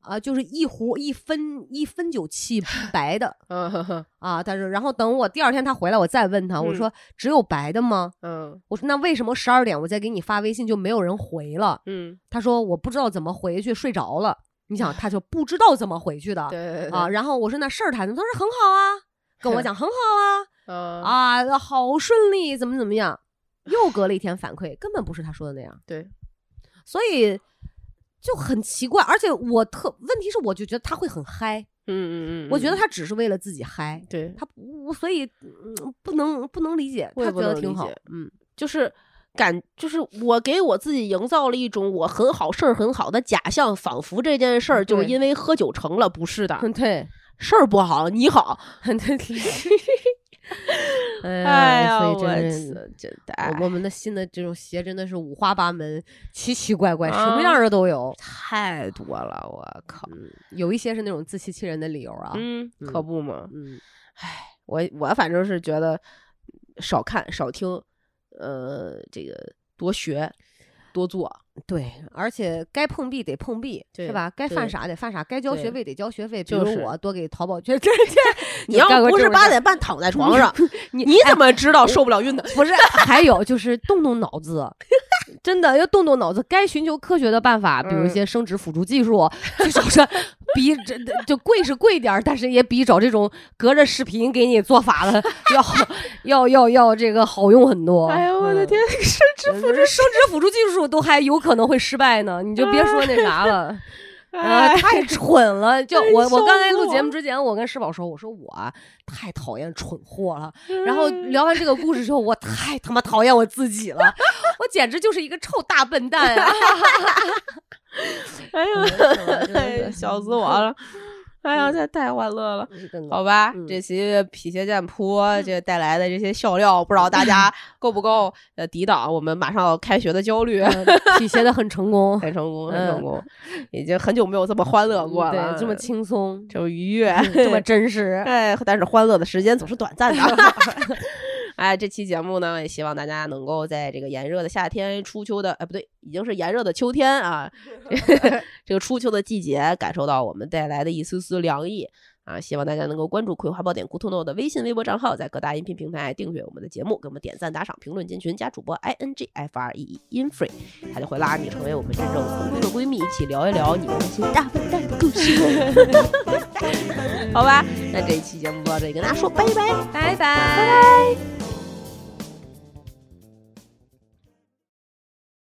啊、就是一壶一分一分酒器白的
嗯呵呵
啊。但是然后等我第二天他回来，我再问他，我
嗯
说只有白的吗？
嗯
我说那为什么十二点我再给你发微信就没有人回了？
嗯，
他说我不知道怎么回去，睡着了。你想，他就不知道怎么回去的
对对对
啊。，然后我说那事儿谈的，他说很好啊，
(laughs)
跟我讲很好啊。
嗯
啊，好顺利，怎么怎么样？又隔了一天反馈，根本不是他说的那样，
对，
所以就很奇怪。而且我特问题是，我就觉得他会很嗨，
嗯嗯嗯，
我觉得
嗯
他只是为了自己嗨，
对，
他不，所以、嗯、不能不能理解，
我
他
也
觉
不
得
能
挺
理
好
解，
嗯，
就是感，就是我给我自己营造了一种我很好事儿很好的假象，仿佛这件事儿就是
对嗯
因为喝酒成了，不是的，
(laughs) 对，
事儿不好，你好，
很对，
(laughs) 哎
(laughs) 哎
呀，
所
我
以真是。
真真的，
我
哎
我们的新的这种鞋真的是五花八门、奇奇怪怪，什么
啊
样儿的都有。
太多了，我靠，
有一些是那种自欺欺人的理由啊。
嗯，可不嘛，
嗯，
我我反正是觉得少看少听，呃，这个多学多做，
对，而且该碰壁得碰壁，是
对
吧？该犯
对
傻得犯傻，该交学
对
费得交学费。比
就
如
是
我多给淘宝 (laughs) 捐捐钱，
你要
干过
不是
这种
八
事儿，
点半躺在床
(laughs)
上，
你
你
哎
怎么知道受不了孕的？
不是？还有就是动动
(laughs)
脑子，真的要动动脑子，该寻求科学的办法，比如一
嗯
些生殖辅助技术，去找这比这就贵是贵点儿，但是也比找这种隔着视频给你做法的要 (laughs) 要要要这个好用很
(laughs)
多。
哎呦，我的 (laughs)
嗯
天，，生殖
辅助生殖辅助技术都还有可能会失败呢，你就别说那啥了。
(laughs)
啊，
哎
太蠢了！就
哎
我，我
笑
刚才录
死
节
我
目之前，我跟石宝说，我说我啊太讨厌蠢货了。
嗯
然后聊完这个故事之后，我太他妈讨厌我自己了， (laughs) 我简直就是一个臭大笨
(laughs)
蛋啊！
哎
嗯是吧真
呦，
的
哎
是
笑死我了！ (laughs) 哎呀，太太欢乐了。
真的
好吧，
嗯
这期匹邪剑坡这带来的这些笑料，不知道大家够不够呃抵挡我们马上要开学的焦 (laughs) 虑？
嗯体现的很成
(laughs)
功，
很成功，很
嗯
成功，已经很久没有这么欢乐过了，啊
对，这么轻
(laughs)
松，
这么愉悦，
这么
(laughs)
真实。
哎，但是欢乐的时间总是短暂的。哎，这期节目呢，也希望大家能够在这个炎热的夏天、初秋的，哎，不对，已经是炎热的秋天啊，这个初秋的季节，感受到我们带来的一丝丝凉意啊！希望大家能够关注《葵花宝典》Good to Know 的微信、微博账号，在各大音频平台订阅我们的节目，给我们点赞、打赏、评论、进群，加主播 i n g f r e e in free，他就会拉你成为我们真正同志闺蜜，一起聊一聊你们那些大笨蛋的故事。 (laughs) 好吧，那这一期节目到这里，跟大家说拜拜。
拜拜。